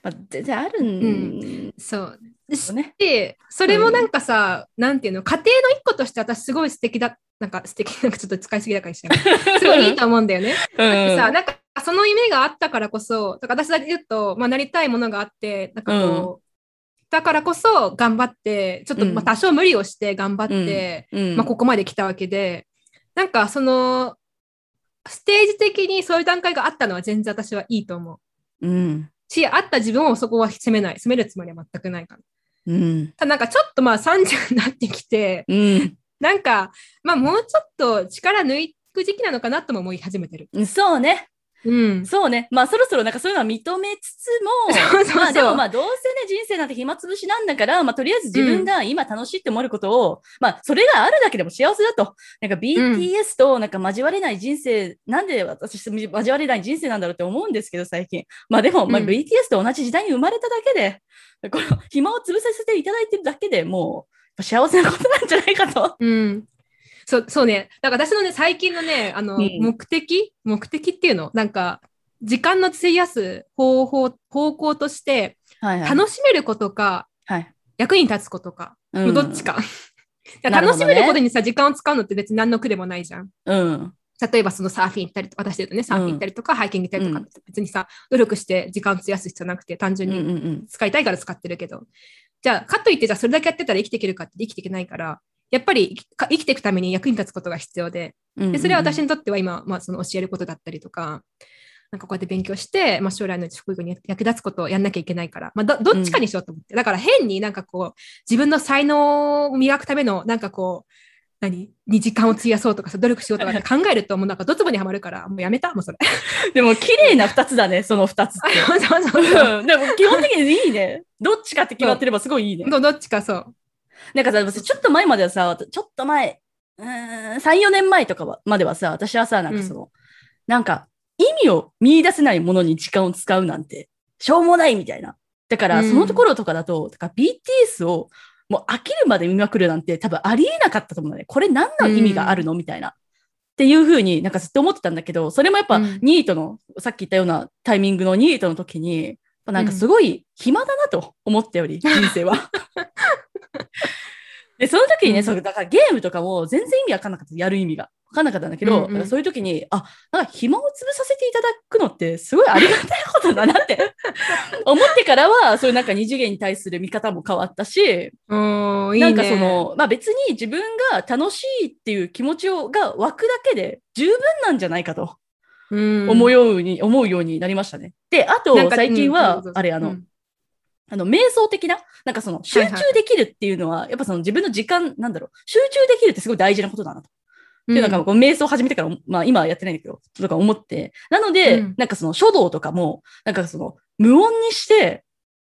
S1: まあ全然あるん
S2: そう。
S1: ですよね。
S2: で、それもなんかさ、なんていうの、家庭の一個として私すごい素敵だ、なんか素敵、なんかちょっと使いすぎだからしちゃ う。すごいいいと思うんだよね。
S1: うん
S2: でさ、なんかその夢があったからこそ、だから私だけ言うと、まあ、なりたいものがあって、なんかこう、だからこそ頑張って、ちょっと
S1: うん
S2: まあ多少無理をして頑張って、
S1: うん
S2: まあ、ここまで来たわけで、なんかその、ステージ的にそういう段階があったのは全然私はいいと思う。
S1: うん。
S2: し、あった自分をそこは責めない。責めるつもりは全くないから。
S1: うん。
S2: ただなんかちょっとまあ30になってきて、
S1: うん。
S2: なんか、まあもうちょっと力抜く時期なのかなとも思い始めてる。
S1: そうね。
S2: うん。
S1: そうね。まあそろそろなんかそういうのは認めつつも、
S2: そうそうそう
S1: まあでもまあどうせね人生なんて暇つぶしなんだから、まあとりあえず自分が今楽しいって思えることを、まあそれがあるだけでも幸せだと。なんか BTS となんか交われない人生、なんで私交われない人生なんだろうって思うんですけど最近。まあでも、まあ、
S2: うん
S1: BTS と同じ時代に生まれただけで、この 暇を潰させていただいてるだけでもう幸せなことなんじゃないかと。
S2: うん。そう、そうね。だから私のね、最近のね、あの、
S1: うん
S2: 目的目的っていうのなんか、時間の費やす方法、方向として、
S1: はいはい。
S2: 楽しめることか、
S1: はい
S2: 役に立つことか、
S1: うん
S2: どっち。か。
S1: な
S2: だから
S1: るほ
S2: 楽
S1: ど
S2: し
S1: ね
S2: めることにさ、時間を使うのって別に何の苦でもないじゃん。
S1: うん。
S2: 例えばそのサーフィン行ったりとか、私で言うとね、サーフィン行ったりとか、ハイキング行ったりとかって、別にさ、努力して時間を費やす必要なくて、単
S1: う
S2: 純
S1: んうん
S2: に
S1: うん。
S2: 使いたいから使ってるけど、じゃあ、かといって、じゃあそれだけやってたら生きていけるかって生きていけないから、やっぱりか生きていくために役に立つことが必要で、
S1: うん
S2: でそれは私にとっては今、まあ、その教えることだったりとか、なんかこうやって勉強して、まあ、将来の職業に役立つことをやんなきゃいけないから、まあ、どどっちかにしようと思って、だから変になんかこう、自分の才能を磨くための、なんかこう、何に時間を費やそうとかさ、努力しようとかって考えると、もうなんかドツボにはまるから、もうやめた、もうそれ。
S1: でも綺麗な二つだね、その二つ って。
S2: そうそうそうそう
S1: うんでも基本的にいいね。どっちかって決まってればすごいいいね。
S2: どどっちかそう。
S1: なんかさ、私ちょっと前まではさ、ちょっと前、うーん、3、4年前とかはまではさ、私はさ、なんかその、なんか意味を見出せないものに時間を使うなんて、しょうもないみたいな。だから、
S2: うん
S1: そのところとかだと、だから BTS をもう飽きるまで見まくるなんて多分ありえなかったと思うんだね。これ何の意味があるのみたいな。っていうふうになんかずっと思ってたんだけど、それもやっぱ
S2: うん
S1: ニートの、さっき言ったようなタイミングのニートの時に、なんかすごい暇だなと思った より、人生は。で、その時にね、
S2: うん
S1: そうだからゲームとかも全然意味わかんなかった、やる意味が。わかんなかったんだけど、
S2: うんうん
S1: だからそういう時に、あ、なんか暇を潰させていただくのってすごいありがたいことだなって 思ってからは、そういうなんか二次元に対する見方も変わったし、
S2: おーいい
S1: な
S2: ね。
S1: んかそ、の、まあ別に自分が楽しいっていう気持ちをが湧くだけで十分なんじゃないかと
S2: うん、
S1: 思うように、思うようになりましたね。で、あと
S2: なんか
S1: 最近
S2: う
S1: は
S2: んそうそうそ、う
S1: あれあの、
S2: うん
S1: あの、瞑想的な、なんかその、集
S2: はい
S1: 中できるっていうのは、やっぱその自分の時間、なんだろう、集中できるってすごい大事なことだなと。っていうのが、こう瞑想を始めてから、まあ今はやってないんだけど、とか思って。なので、
S2: うん
S1: なんかその書道とかも、なんかその、無音にして、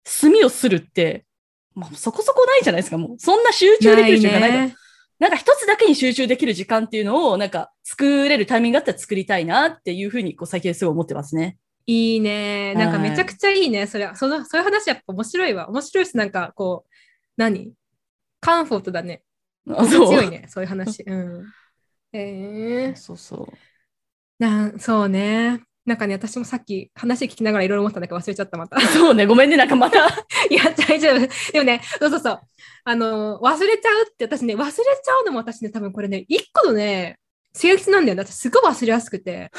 S1: 墨をするって、まあそこそこないじゃないですか、もう。そんな集中できる瞬間ないから。
S2: ね
S1: なんか一つだけに集中できる時間っていうのを、なんか作れるタイミングがあったら作りたいなっていうふうに、こう最近すごい思ってますね。
S2: いいね。なんか
S1: はい
S2: めちゃくちゃいいね。それそのそういう話やっぱ面白いわ。面白いし、なんかこう、何カンフォートだね。
S1: あそう。
S2: 強いね、そういう話。うん。 えー、
S1: そうそう。
S2: なんそうね。なんかね、私もさっき話聞きながらいろいろ思ったんだけど忘れちゃった、また。
S1: そうね、ごめんね、なんかまた。
S2: いや、大丈夫。でもね、そうそうそう。あの、忘れちゃうって、私ね、忘れちゃうのも私ね、多分これね、一個のね、性質なんだよね。私すごい忘れやすくて。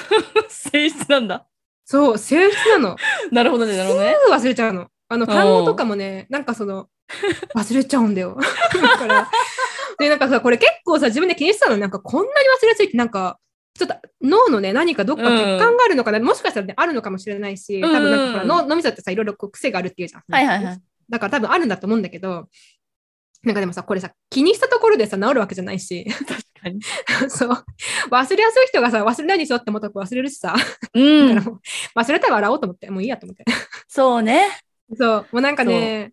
S1: 性質なんだ。
S2: そう、性質なの。
S1: なるほどね、なるほどね。
S2: すぐ忘れちゃうの。あ
S1: う
S2: の
S1: ん
S2: 単語とかもね、なんかその、忘れちゃうんだよ。 だから、で、なんかさ、これ結構さ、自分で気にしてたの、なんかこんなに忘れやすいって、なんか、ちょっと脳のね、何かどっか
S1: うん
S2: 血管があるのかな、もしかしたらね、あるのかもしれないし、多分なんかほら、
S1: うん
S2: 脳脳みそってさ、いろいろこう癖があるっていうじゃん。
S1: はいはいはい。
S2: だから多分あるんだと思うんだけど、なんかでもさ、これさ、気にしたところでさ、治るわけじゃないし、
S1: 確かに。
S2: そう、忘れやすい人がさ、忘れないでしょって思ったら忘れるしさ、
S1: う
S2: だ
S1: ん
S2: か。らもう忘れたら笑おうと思って、もういいやと思って。
S1: そうね。
S2: そう、もうなんかね、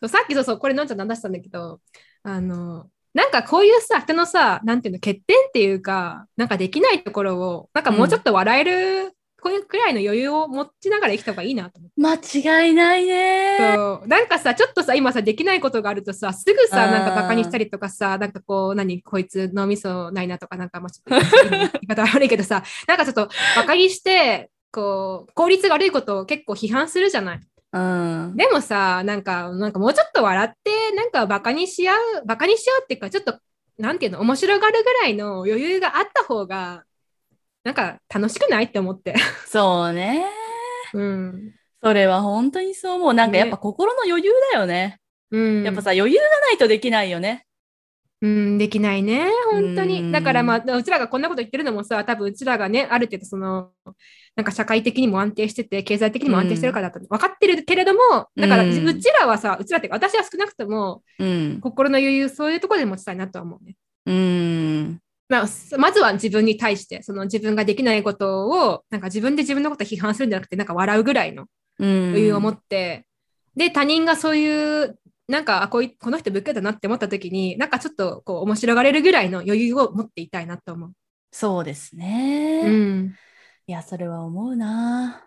S2: そうさっきそうそう、これのんちゃんと話したんだけど、あの、なんかこういうさ、人のさ、なんていうの、欠点っていうか、なんかできないところを、なんかもうちょっと笑える、こういうくらいの余裕を持ちながら生きた方がいいなと思って。
S1: 間違いないね。
S2: そうなんかさ、ちょっとさ、今さ、できないことがあるとさ、すぐさ、
S1: あー
S2: なんかバカにしたりとかさ、なんかこう、何、こいつ脳みそないなとか、なんか、まあ、ちょっと言い方悪いけどさ、なんかちょっとバカにして、こう、効率が悪いことを結構批判するじゃない。
S1: うん。
S2: でもさ、なんか、なんかもうちょっと笑って、なんかバカにし合う、バカにし合うっていうか、ちょっと、なんていうの、面白がるぐらいの余裕があった方が、なんか楽しくないって思って。
S1: そうね。
S2: うん。
S1: それは本当にそう思う。なんかやっぱ心の余裕だよね。
S2: うん、
S1: やっぱさ、余裕がないとできないよね。
S2: うん、できないね、本当
S1: う
S2: に。
S1: ん
S2: だからまあ、うちらがこんなこと言ってるのもさ、多分うちらがね、ある程度その、なんか社会的にも安定してて、経済的にも安定してるからだと分かってるけれども、だから
S1: うん
S2: うちらはさ、うちらっていうか私は少なくとも、
S1: うん。
S2: 心の余裕、そういうところで持ちたいなとは思うね。
S1: うん。
S2: まあ、すまずは自分に対して、その自分ができないことを、なんか自分で自分のことを批判するんじゃなくて、なんか笑うぐらいの
S1: うん。
S2: 余裕を持って、で、他人がそういう、なんか、あこういこの人ぶっけだなって思った時に、なんかちょっとこう面白がれるぐらいの余裕を持っていたいなと思う。
S1: そうです
S2: う
S1: ね。い
S2: ん。
S1: や、それは思うな。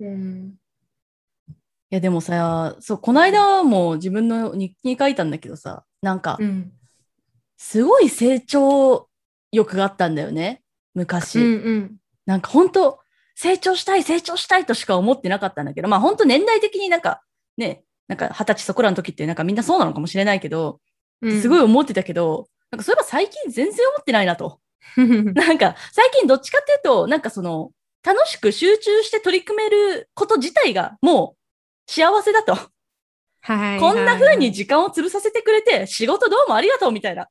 S2: うん。
S1: いや、でもさ、そう、この間も自分の日記に書いたんだけどさ、なんか
S2: う、ん。
S1: すごい成長欲があったんだよね。昔。
S2: うん。
S1: なんか本当、成長したい、成長したいとしか思ってなかったんだけど、まあ本当年代的になんかね、なんか二十歳そこらの時ってなんかみんなそうなのかもしれないけど、
S2: うん。
S1: すごい。思ってたけど、なんかそういえば最近全然思ってないなと。
S2: うん。
S1: なんか最近どっちかっていうと、なんかその楽しく集中して取り組めること自体がもう幸せだと。
S2: はい。
S1: こんな風に。時間を潰させてくれて、仕事どうもありがとうみたいな。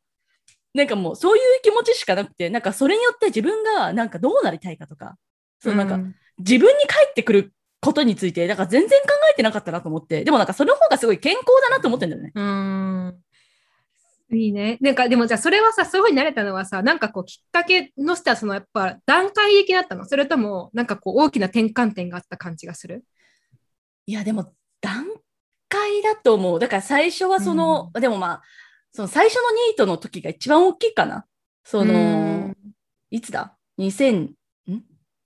S1: なんかもうそういう気持ちしかなくて、なんかそれによって自分がなんかどうなりたいかとか、そうなんか
S2: ん
S1: 自分に返ってくることについて、だから全然考えてなかったなと思って、でもなんかその方がすごい健康だなと思ってんだよね。
S2: うん。いいね。なんかでもじゃあそれはさ、そういうふうになれたのはさ、なんかこうきっかけのしたそのやっぱ段階的だったのそれともなんかこう大きな転換点があった感じがする
S1: いや、でも段階だと思う。だから最初はその、でもまあ、その最初のニートの時が一番大きいかな。その、
S2: うん
S1: いつだ ?2000、ん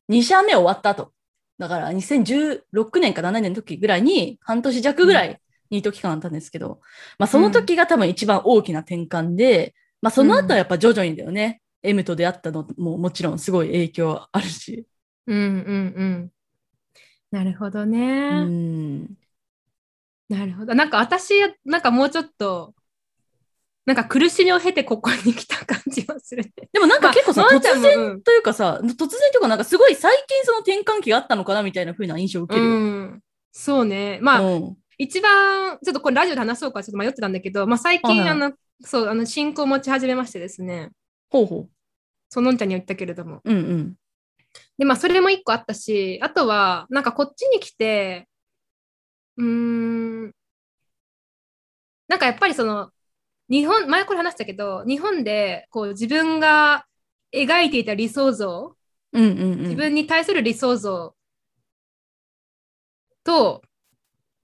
S1: ?2 社目終わった後。だから2016年か7年の時ぐらいに半年弱ぐらいニート期間あったんですけど、まあその時が多分一番大きな転換で、まあその後はやっぱ徐々にだよね。M と出会ったのももちろんすごい影響あるし。
S2: うんうんうん。なるほどね。
S1: うん。
S2: なるほど。なんか私、なんかもうちょっと、なんか苦しみを経てここに来た感じがするね。
S1: でもなんか結構さ、
S2: まあ
S1: 突
S2: のんちゃん
S1: 然
S2: も
S1: というかさ、突然というか、なんかすごい最近その転換期があったのかなみたいな風な印象を受
S2: う
S1: けるよ。
S2: ん、うんそうね。まあ、
S1: うん
S2: 一番、ちょっとこれラジオで話そうかちょっと迷ってたんだけど、まあ最
S1: はいは
S2: 近、
S1: い
S2: あの、そう、あの、進行持ち始めましてですね。
S1: ほうほ
S2: そうのんちゃんには言ったけれども。
S1: う。うんうん。
S2: で、まあ、それも一個あったし、あとは、なんかこっちに来て、うーん、なんかやっぱりその、日本、前これ話したけど、日本で、こう、自分が描いていた理想像、
S1: うんうんうん。
S2: 自分に対する理想像と、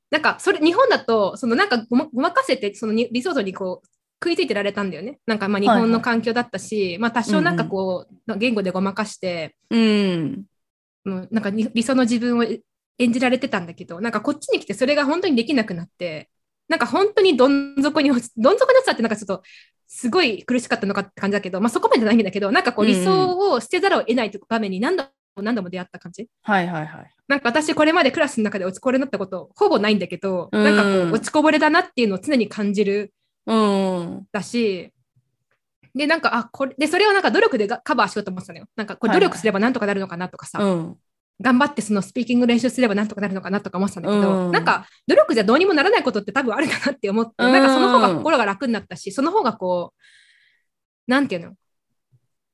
S2: なんか、それ、日本だと、その、なんかごま、ごまかせて、そのに理想像にこう、食いついてられたんだよね。なんか、まあ、日
S1: はい
S2: 本
S1: はい
S2: の環境だったし、まあ、多少なんかこう、言語でごまかして、
S1: うん。
S2: うん、なんかに理想の自分をえ演じられてたんだけどなんかこっちに来てそれが本当にできなくなってなんか本当にどん底に落ちどん底に落ちたってなんかちょっとすごい苦しかったのかって感じだけど、まあ、そこまでじゃないんだけどなんかこう
S1: うんうん
S2: 理想を捨てざるを得ないという場面に何度も何度も出会った感じ
S1: はいはいはい。
S2: なんか私これまでクラスの中で落ちこぼれになったことほぼないんだけど、
S1: うん
S2: なんかこう落ちこぼれだなっていうのを常に感じる
S1: うん。
S2: だしでなんかあこれでそれをなんか努力でがカバーしようと思ってたのよなんかこれ
S1: は
S2: 努
S1: いはい
S2: 力すればなんとかなるのかなとかさ、
S1: うん。
S2: 頑張ってそのスピーキング練習すればなんとかなるのかなとか思ってたんだけど、
S1: うん
S2: なんか努力じゃどうにもならないことって多分あるかなって思って、
S1: うん
S2: なんかその方が心が楽になったしその方がこうなんていうの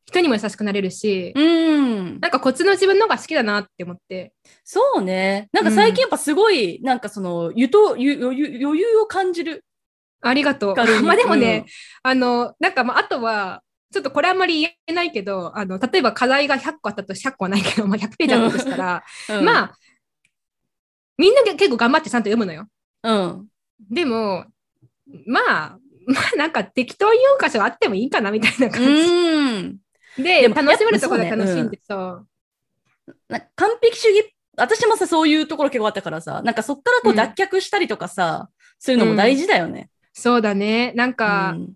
S2: 人にも優しくなれるし、
S1: うん。
S2: なんかこっちの自分の方が好きだなって思って。
S1: そうね。なんか最近やっぱすごい、なんかその、ゆと、ゆ余裕余裕を感じる。
S2: ありがとう。
S1: 軽い
S2: まあでもね、、あの、なんかまああとは、ちょっとこれあんまり言えないけど、あの、例えば課題が100個あったと100個はないけど、まあ100ページあったとしたら、
S1: あ、
S2: まあ、みんな結構頑張ってちゃんと読むのよ。
S1: うん。
S2: でも、まあ、まあなんか適当に読む箇所はあってもいいかなみたいな感じ。
S1: うん。
S2: で、
S1: でも
S2: 楽しめるところで
S1: やっぱ
S2: 楽
S1: そうね
S2: しんで、そう。
S1: なんか完璧主義、私もさ、そういうところ結構あったからさ、なんかそっからこ
S2: う
S1: うん脱却したりとかさ、そういうのも大事だよね。
S2: そうだね。なん
S1: う
S2: か、
S1: ん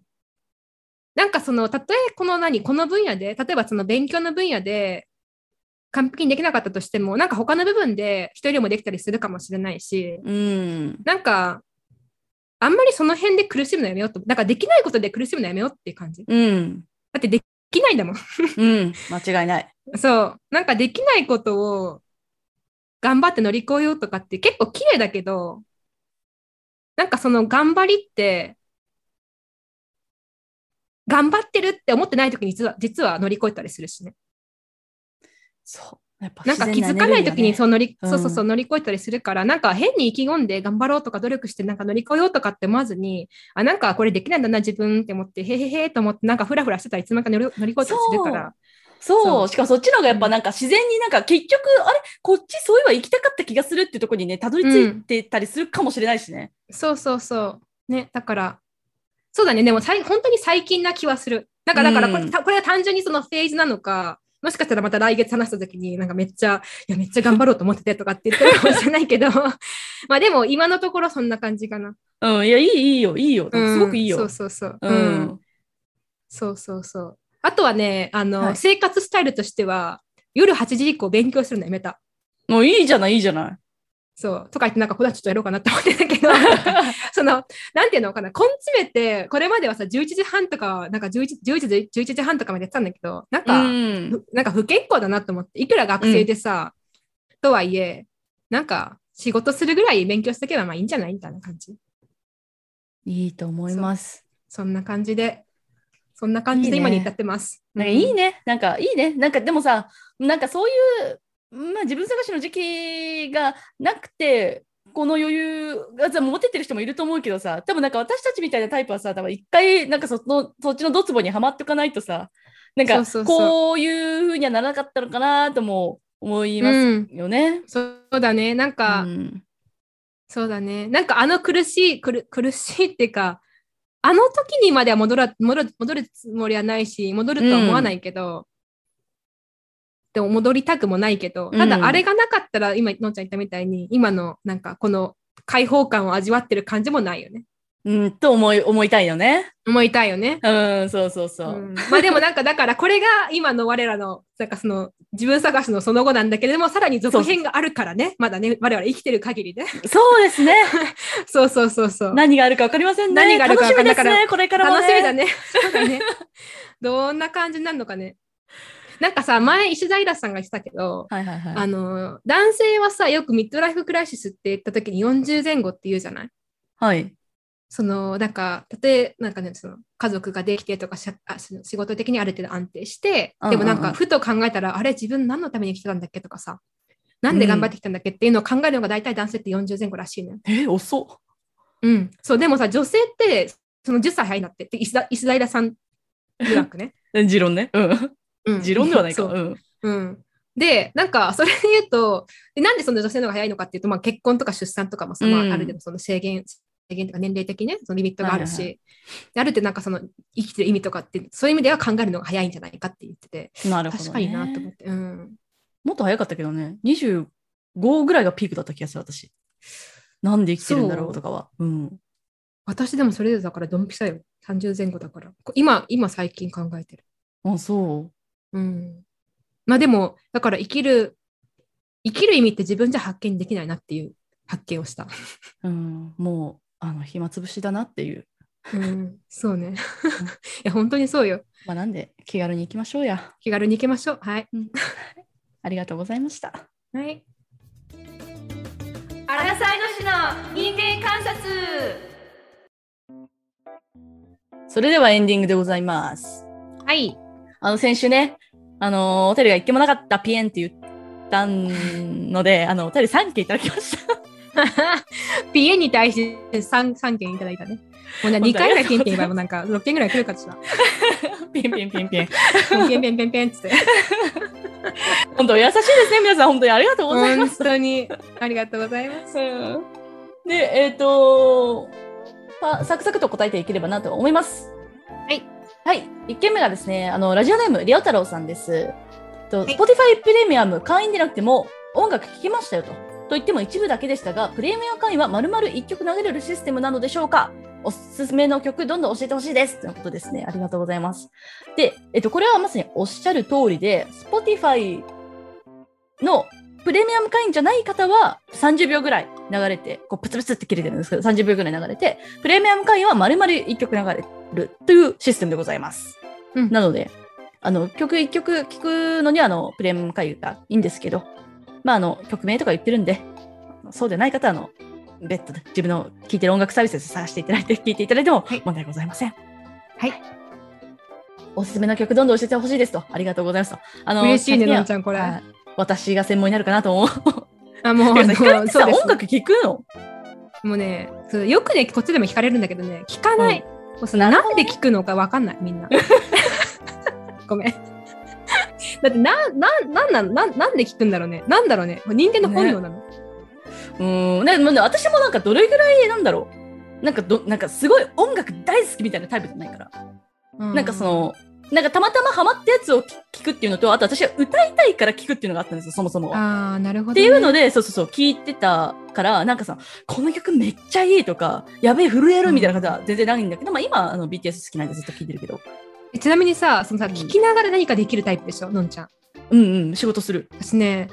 S2: なんかその、たとえこの何、この分野で、例えばその勉強の分野で、完璧にできなかったとしても、なんか他の部分で人よりもできたりするかもしれないし、
S1: うん。
S2: なんか、あんまりその辺で苦しむのやめようと。なんかできないことで苦しむのやめようっていう感じ。だ
S1: うん。
S2: ってできないんだ もん。
S1: うん。間違いない。
S2: そう。なんかできないことを頑張って乗り越えようとかって結構綺麗だけど、なんかその頑張りって、頑張ってるって思ってない時に実は実は乗り越えたりするしね。
S1: そう。やっぱ
S2: なんか気づかない時に
S1: そ
S2: そう乗り、
S1: うん
S2: そうそうそう乗り越えたりするから、なんか変に意気込んで頑張ろうとか努力してなんか乗り越えようとかって思わずに、あ、なんかこれできないんだな自分って思って、へへへと思ってなんかフラフラしてたらいつの間にか乗り乗り越えたりするから。
S1: そう
S2: そう
S1: しかもそっちの方がやっぱなんか自然になんか結局、あれこっちそういえば行きたかった気がするっていうところにね、たどり着いてたりするかもしれないしね。
S2: そうそうそう。ね、だから、そうだね、でもさい本当に最近な気はする。なんか、だからこれ,、
S1: うん
S2: たこれは単純にそのフェーズなのか、もしかしたらまた来月話した時に、なんかめっちゃ、いや、めっちゃ頑張ろうと思っててとかって言ってるかもしれないけど、 まあでも今のところそんな感じかな。
S1: うん、いや、いい、いいよ、いいよ。
S2: うん
S1: すごくいいよ。
S2: そうそうそう。
S1: う
S2: うんん。そうそうそう。あとはね、あの、
S1: はい
S2: 生活スタイルとしては、夜8時以降勉強するのやめた。
S1: もういいじゃない、いいじゃない。
S2: そう。とか言って、なんか、これはちょっとやろうかなって思ってた けど、なんかその、なんていうのかな、根詰めて、これまではさ、11時半とか、なんか11時、11時、11時半とかまでやってたんだけど、なんか、
S1: うん。
S2: ふなんか不健康だなと思って、いくら学生でさ、とはいえ、なんか、仕事するぐらい勉強しとけばまあいいんじゃないみたいな感じ。
S1: いいと思います。
S2: そんな感じで、そんな感じで
S1: いい
S2: 今
S1: ね
S2: に至ってます。
S1: なんかいいね、なんかいいね、なんかでもさ、なんかそういう、まあ、自分探しの時期がなくて、この余裕がさ持ててる人もいると思うけどさ、多分なんか私たちみたいなタイプはさ、多分一回、なんかそのそっちのドツボにはまっておかないとさ、なんか
S2: そうそうそう
S1: こういうふうにはならなかったのかなとも思いま
S2: う
S1: す
S2: ん。
S1: よね。
S2: そうだね。なんか、
S1: うん
S2: そうだね。なんかあの苦しい、苦苦しいっていうか、あの時にまでは戻ら戻る戻るつもりはないし、戻るとは思わないけど、でも戻りたくもないけど、
S1: うん
S2: ただあれがなかったら、今、のんちゃん言ったみたいに、今のなんかこの解放感を味わってる感じもないよね。
S1: うん、と思い思いたいよね。
S2: 思いたいよね。
S1: うん、そうそう
S2: う
S1: そう。
S2: ん、まあでもなんかだからこれが今の我らのなんかその自分探しのその後なんだけれどもさらに続編があるからねまだね我々生きてる限りね
S1: そうですね。
S2: そうそうそうそう
S1: 何があるか分かりませんね。
S2: 何があるか分かんない
S1: 楽しみですね、これからも、ね。
S2: 楽しみだね。 そうだね。どんな感じになるのかね。なんかさ、前、石平さんが言ってたけど、
S1: はいはいはい。
S2: あの、男性はさ、よくミッドライフクライシスって言った時に40前後って言うじゃない
S1: はい。
S2: その、なんか、たとえ、なんかね、その、家族ができてとかしゃあし仕事的にある程度安定して、でも
S1: うんう
S2: なん
S1: んう
S2: か、
S1: ん
S2: ふと考えたら、あれ、自分何のために生きてたんだっけとかさ、なんで頑張ってきたんだっけっていうのを考えるのが大体男性って40前後らしいね。
S1: えー、遅
S2: うん。そう、でもさ、女性って、その10歳早いんだって、で石田石平さん曰くね。
S1: っ。持論ね。うん。
S2: うん
S1: 持論ではないか。
S2: そう
S1: うん。
S2: うん、で、なんか、それで言うと、でなんでその女性の方が早いのかっていうと、まあ、結婚とか出産とかもさ、まあ
S1: うん
S2: ある程度その制限、制限とか年齢的にね、そのリミットがあるし、
S1: はいは
S2: である程度なんかその生きてる意味とかって、そういう意味では考えるのが早いんじゃないかって言ってて、
S1: なるほど、ね。
S2: 確かになと思って、うん。
S1: もっと早かったけどね。25ぐらいがピークだった気がする、私。なんで生きてるんだろうとかは。うん。
S2: 私でもそれでだからドンピシャよ。30前後だから。こ今、今最近考えてる。
S1: あ、そう。
S2: うん。まあでも、だから生きる、生きる意味って自分じゃ発見できないなっていう発見をした。
S1: うん。もう、あの、暇つぶしだなっていう。
S2: うん、そうね。 いや、本当にそうよ。
S1: まあ、なんで、気軽に行きましょうや。
S2: 気軽に行きましょう。はい。
S1: ありがとうございました。
S2: はい。
S3: アラサー女子の人間観察
S1: それではエンディングでございます。
S2: はい。
S1: あの、先週ね、あのー、お便りが一件もなかったピエンって言ったので、あの、お便り3件いただきました。
S2: ピエに対して 3, 三件いただいたね。もう
S1: 本当
S2: ね、
S1: に
S2: 2回ぐらいピンピン言えばもうなんか6件ぐらい来る かしら。
S1: ピンピンピンピン。
S2: もうピンピンピンピンっつって。
S1: 本当、お優しいですね、皆さん。本当にありがとうございま
S2: 本
S1: す。
S2: 当にありがとうございます。
S1: で、えっ、とまあサクサクと答えていければなと思います。
S2: はい。
S1: はい。1件目がですね、あの、ラジオネーム、リオ太郎さんです。と、
S2: はい
S1: Spotify プレミアム会員でなくても、音楽聴きましたよと。と言っても一部だけでしたが、プレミアム会員は丸々1曲流れるシステムなのでしょうかおすすめの曲、どんどん教えてほしいです。ということですね。ありがとうございます。で、えっと、これはまさにおっしゃる通りで、Spotify のプレミアム会員じゃない方は30秒ぐらい流れて、こうプツプツって切れてるんですけど、30秒ぐらい流れて、プレミアム会員は丸々1曲流れるというシステムでございます。
S2: うん
S1: なので、あの、曲1曲聴くのにはあの、プレミアム会員がいいんですけど、まあ、あの、曲名とか言ってるんで、そうでない方はあの、別途で自分の聴いてる音楽サービスで探していただいて、聴いていただいても
S2: はい
S1: 問題ございません。
S2: はい。
S1: おすすめの曲どんどん教えてほしいですと。ありがとうございますと。あの
S2: 嬉しいね、
S1: キャスティ
S2: の
S1: ア
S2: んちゃん、これ。
S1: あ
S2: あ、
S1: 私が専門になるかなと思う。
S2: もう、あ
S1: ひかりっ
S2: の
S1: て
S2: そう
S1: さ、
S2: で
S1: 音
S2: す。
S1: 楽聴くの
S2: もうね、そうよくね、こっちでも聞かれるんだけどね、聞かない。もうそうなんで聞くのかわかんない、みんな。ごめん。だって、な、な、なんなのなんなんで聞くんだろうね。なんだろうね。これ人間の本能なの。
S1: うーん。ね、もうね私もなんかどれぐらいなんだろう。なんかど、なんかすごい音楽大好きみたいなタイプじゃないから。
S2: う
S1: なんかそ、の、なんかたまたまハマったやつを聞くっていうのと、あと私は歌いたいから聞くっていうのがあったんですよ、そもそもは。
S2: ああ、なるほど、
S1: っていうの
S2: で、
S1: で、そうそうそう、聞いてたから、なんかさ、この曲めっちゃいいとか、やべえ、震えるみたいな方は全然ないんだけど、まあ今、あの、BTS 好きなんでずっと聞いてるけど。
S2: ちなみにさ、そのさ、
S1: うん
S2: 聞きながら何かできるタイプでしょ、のんちゃん。
S1: うんうん、仕事する。
S2: 私ね、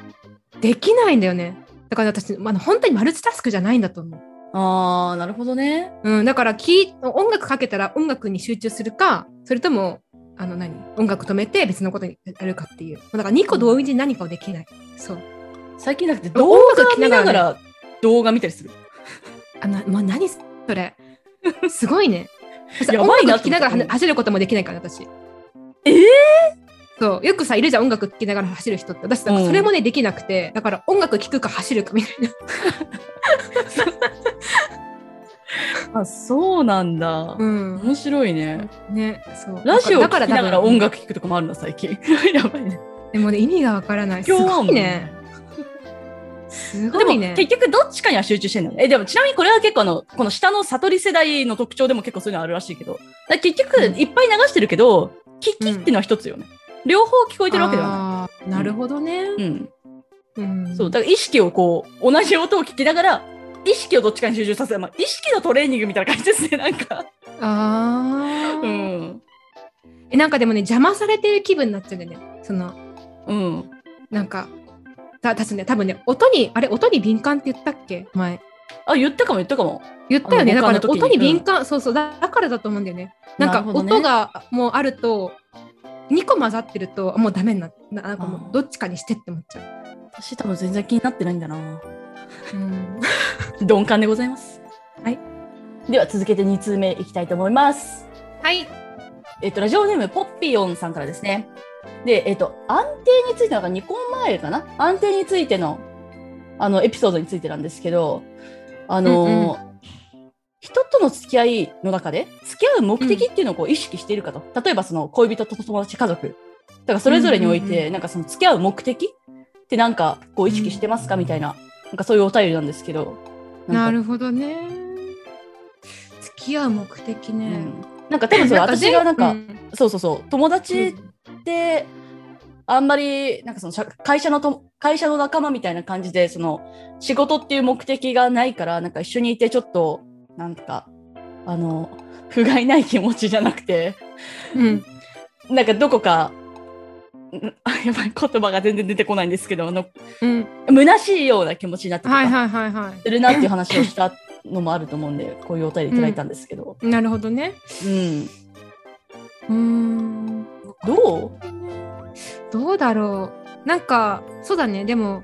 S2: できないんだよね。だから私、まあ、本当にマルチタスクじゃないんだと思う。
S1: あー、なるほどね。
S2: うん、だから聞い音楽かけたら音楽に集中するかそれともあの何音楽止めて別のことにやるかっていうだから2個同時に何かをできないそう
S1: 最近だって動
S2: 動
S1: 画
S2: 画
S1: 見
S2: 見
S1: なが
S2: なが
S1: ら
S2: ら
S1: 動画見たりする。
S2: あな、まあ、何それ すごいねそして
S1: や
S2: 音
S1: ばい
S2: 楽
S1: な
S2: 聴きなが
S1: と思っ
S2: ら
S1: た
S2: 走ることもできないから私
S1: えー
S2: そうよくさいるじゃん音楽聴きながら走る人って私だから
S1: うん
S2: それもね、できなくてだから音楽聴くか走るかみたいな
S1: あ、そうなんだ。
S2: うん
S1: 面白いね。
S2: ねそう
S1: ラジオ聴
S2: だ
S1: き
S2: から
S1: ながら
S2: 多分
S1: 音楽聴くとかもあるな、最近。 やばいね。
S2: でもね意味がわからないす
S1: 今日は
S2: ご
S1: も
S2: いうね。す
S1: で
S2: ご
S1: も
S2: いね
S1: 結局どっちかには集中してんのね。え、でもちなみにこれは結構あの、この下の悟り世代の特徴でも結構そういうのあるらしいけど。だから結局
S2: うん
S1: いっぱい流してるけど、聞きっていうのは一つよね。両方聞こえてるわけではな
S2: あーなるほどね。
S1: い。うん。
S2: うん
S1: そう。だから意識をこう、同じ音を聞きながら、意識をどっちかに集中させる。まあ、意識のトレーニングみたいな感じですね、なんか。
S2: あ
S1: う
S2: ー
S1: ん。
S2: えなんかでもね邪魔されてる気分になっちゃうんだよねその
S1: うん。
S2: なんかたたね多分ね音にあれ音に敏感って言ったっけ前
S1: あ、言ったかも言ったかも。
S2: 言ったよね
S1: あの
S2: だから
S1: 他の時に
S2: 音に敏感、そうそうだだからだと思うんだよねなん
S1: な
S2: か
S1: るほどね
S2: 音がもうあると2個混ざってるともうダメになななんか
S1: あ
S2: も
S1: ー
S2: うどっちかにしてって思っちゃ
S1: 私多分全然気になってないんだな。
S2: う、 うん、
S1: 鈍感でございます。
S2: はい。
S1: では続けて2通目いきたいと思います。
S2: はい
S1: えっと、ラジオネームポッピヨンさんからですね。で、えっと、安定についてなんか2個前かな安定についての、あの、エピソードについてなんですけど、あのー人との付き合いの中で、付き合う目的っていうのをこう意識しているかと。例えばその恋人と友達、家族。だからそれぞれにおい
S2: うんうん
S1: て、なんかその付き合う目的ってなんかこう意識してますかみたいな、なんかそういうお便りなんですけど。
S2: な
S1: る
S2: るほどね付き合う目的ね、
S1: なんか多分それ
S2: なんか
S1: 私がなんか、
S2: う
S1: そうそうそう友達ってあんまりなんかその社会社のと会社の仲間みたいな感じでその仕事っていう目的がないからなんか一緒にいてちょっとなんかあの不甲斐ない気持ちじゃなくて
S2: うん
S1: なんかどこかん あやばい言葉が全然出てこないんですけどあの
S2: うん、
S1: 虚しいような気持ちになってとか
S2: はいはいはいは
S1: するなっていう話をしたのもあると思うんでこういうお便りいただいたんですけど、
S2: いなるほどね
S1: うん、
S2: うーん
S1: どう
S2: どうだろうなんかそうだねでも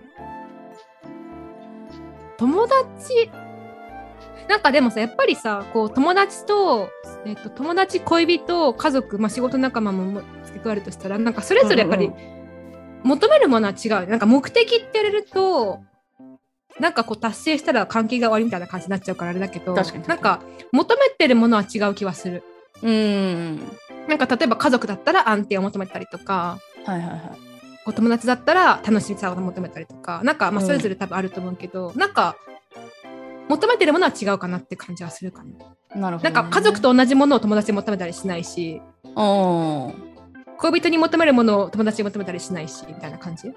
S2: 友達なんかでもさやっぱりさこう友達と,、えっと友達恋人家族、まあ、仕事仲間もも付け加えるとしたらなんかそれぞれやっぱり
S1: うんうん
S2: 求めるものは違う、なんか目的って言われるとなんかこう達成したら関係が終わりみたいな感じになっちゃうからあれだけど
S1: 確かに
S2: なんか求めてるものは違う気はする
S1: うん。
S2: なんか例えば家族だったら安定を求めたりとか
S1: はいはいはい。
S2: お友達だったら楽しさを求めたりとかなんかまあ
S1: うん
S2: それぞれ多分あると思うけど、なんか求めてるものは違うかなって感じはするかな。
S1: なるほど、
S2: なんか家族。と同じものを友達に求めたりしないし
S1: うん。
S2: 恋人に求めるものを友達に求めたりしないしみたいな感じ
S1: な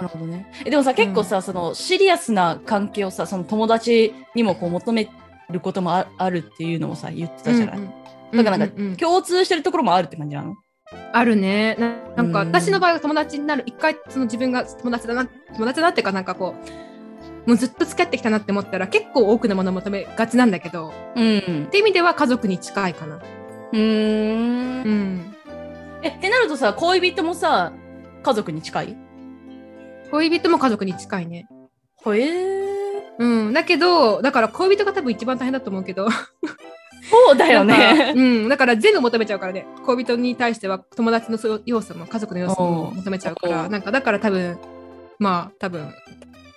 S1: るほどね。えでもさ、結構さ、そのシリアスな関係をさ、その友達にもこう求めることもああるっていうのもさ、言ってたじゃない。
S2: うんうん
S1: だからなんか
S2: うんうんうん
S1: 共通してるところもあるって感じなの
S2: あるねななんか
S1: うん
S2: 私の場合は友達になる一回その自分が友達だな友達だなっていうかなんかこうもうずっと付き合ってきたなって思ったら結構多くのものを求めがちなんだけどっ
S1: うん。
S2: ていう意味では家族に近いかな。
S1: うん
S2: う。ん
S1: え、ってなるとさ、恋人もさ、家族に近い
S2: 恋人も家族に近いね。
S1: ほえー。
S2: うん、だけどだから恋人が多分一番大変だと思うけど
S1: そうだよ
S2: なん
S1: ね。
S2: かうん、だから全部求めちゃうからね恋人に対しては友達のそう要素も家族の要素も求めちゃうか
S1: う
S2: ら
S1: ん
S2: なんかだから多分まあ多分大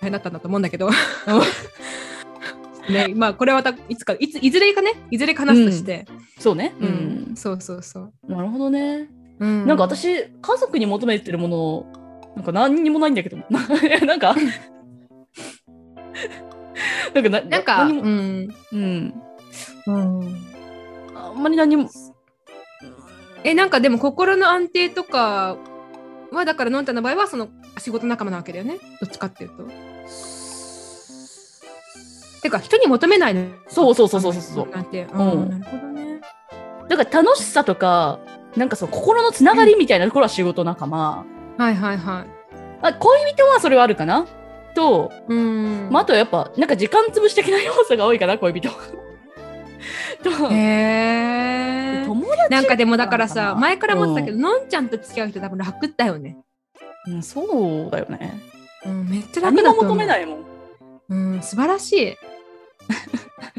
S2: 変だったんだと思うんだけど ねまあこれはまたいつかいついずれかねいずれか話すとして、
S1: そうね。
S2: うんそうそうそう、
S1: うん。なるほどね。
S2: うん
S1: なんか私、家族に求めてるもの、なんか何にもない んだけど、 なんか、なんかな、
S2: なんか、
S1: 何も
S2: うん、
S1: うん。あんまり何も、
S2: えなんかでも心の安定とかはだからのんたの場合はその仕事仲間なわけだよねどっちかっていうと。てか人に求めないの
S1: そうそうそうそうそう
S2: なんて、う
S1: うん
S2: ん、なるほどね。
S1: だから楽しさとか、なんかその心のつながりみたいなところは仕事仲間。
S2: はいはいはい。
S1: あ恋人はそれはあるかなと、
S2: うん。
S1: まあ、あとはやっぱ、なんか時間潰し的な要素が多いかな、 恋人は。
S2: へ
S1: と、
S2: え。
S1: 友
S2: なんかでもだからさ、前から思ってたけど、
S1: う
S2: のんちゃんと付き合う人多分楽だよね。
S1: うん、そうだよね。
S2: うん、めっちゃ楽
S1: 何
S2: だ
S1: も
S2: と思う。。
S1: 求めないいもん。
S2: うん、素晴らしい。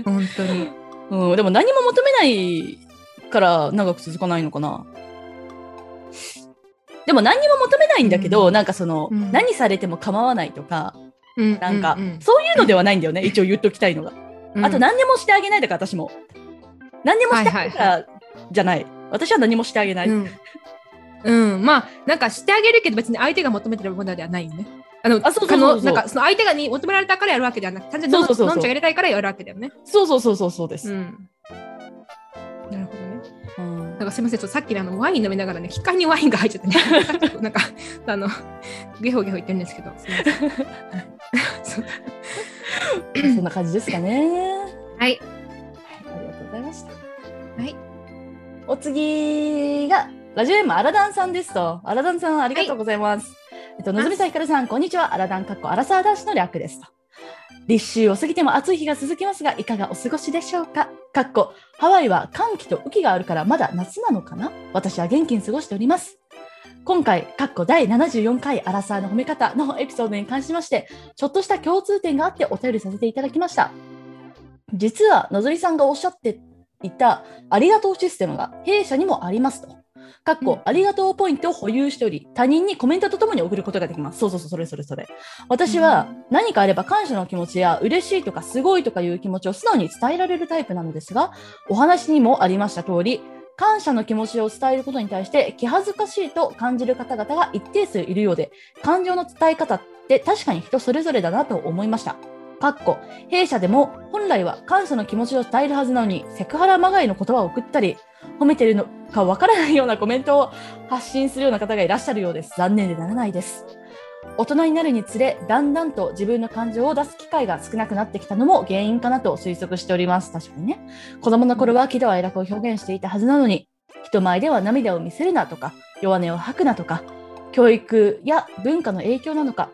S2: 本当に。
S1: うん、でも何も求めないから長く続かないのかな。でも何にも求めないんだけど、
S2: うん
S1: なんかその、
S2: うん
S1: 何されても構わないとか、
S2: うん、
S1: なんか、
S2: うう
S1: そういうのではないんだよね、一応言っときたいのが。
S2: うん
S1: あと何でもしてあげないだから、私も。何でもしてあげないから、
S2: は
S1: じゃない。私は何もしてあげない。
S2: うん、うん、まあなんかしてあげるけど別に相手が求めてるものではないよね。あの
S1: あそうそうそうそう
S2: のなんかその相手がに求められたからやるわけではなく単純に
S1: そ
S2: の
S1: うそうそうそう
S2: のんちゃんがやりたいからやるわけだよね。
S1: そうそうそうそうそうで
S2: う
S1: す。
S2: ん。なるほどね。
S1: うん
S2: なんかすみませんちょっとさっきのあのワイン飲みながらね機械にワインが入っちゃってね。 さっきなんかあのゲホゲホ言ってるんですけど。すみませんそう
S1: そんな感じですかね。は
S2: はい
S1: い、ありがとうございました。
S2: はい。
S1: お次が、ラジオネームアラダンさんですと。アラダンさん、ありがとうございます。えっと、のぞみさん、ひかるさん、こんにちは。アラダン、かっこアラサー男子の略ですと。立秋を過ぎても暑い日が続きますが、いかがお過ごしでしょうかかっこ、ハワイは寒気と雨季があるからまだ夏なのかな私は元気に過ごしております。今回、かっこ第74回アラサーの褒め方のエピソードに関しまして、ちょっとした共通点があってお便りさせていただきました。実はのぞりさんがおっしゃっていたありがとうシステムが弊社にもありますと。かっこありがとうポイントを保有しており他人にコメントとともに送ることができます。そうそうそうそれそれそれ。私は何かあれば感謝の気持ちや嬉しいとかすごいとかいう気持ちを素直に伝えられるタイプなのですがお話にもありました通り感謝の気持ちを伝えることに対して気恥ずかしいと感じる方々が一定数いるようで感情の伝え方って確かに人それぞれだなと思いました。かっこ弊社でも本来は感謝の気持ちを伝えるはずなのにセクハラまがいの言葉を送ったり褒めてるのかわからないようなコメントを発信するような方がいらっしゃるようです残念でならないです大人になるにつれだんだんと自分の感情を出す機会が少なくなってきたのも原因かなと推測しております確かにね子供の頃は喜怒哀楽を表現していたはずなのに人前では涙を見せるなとか弱音を吐くなとか教育や文化の影響なのか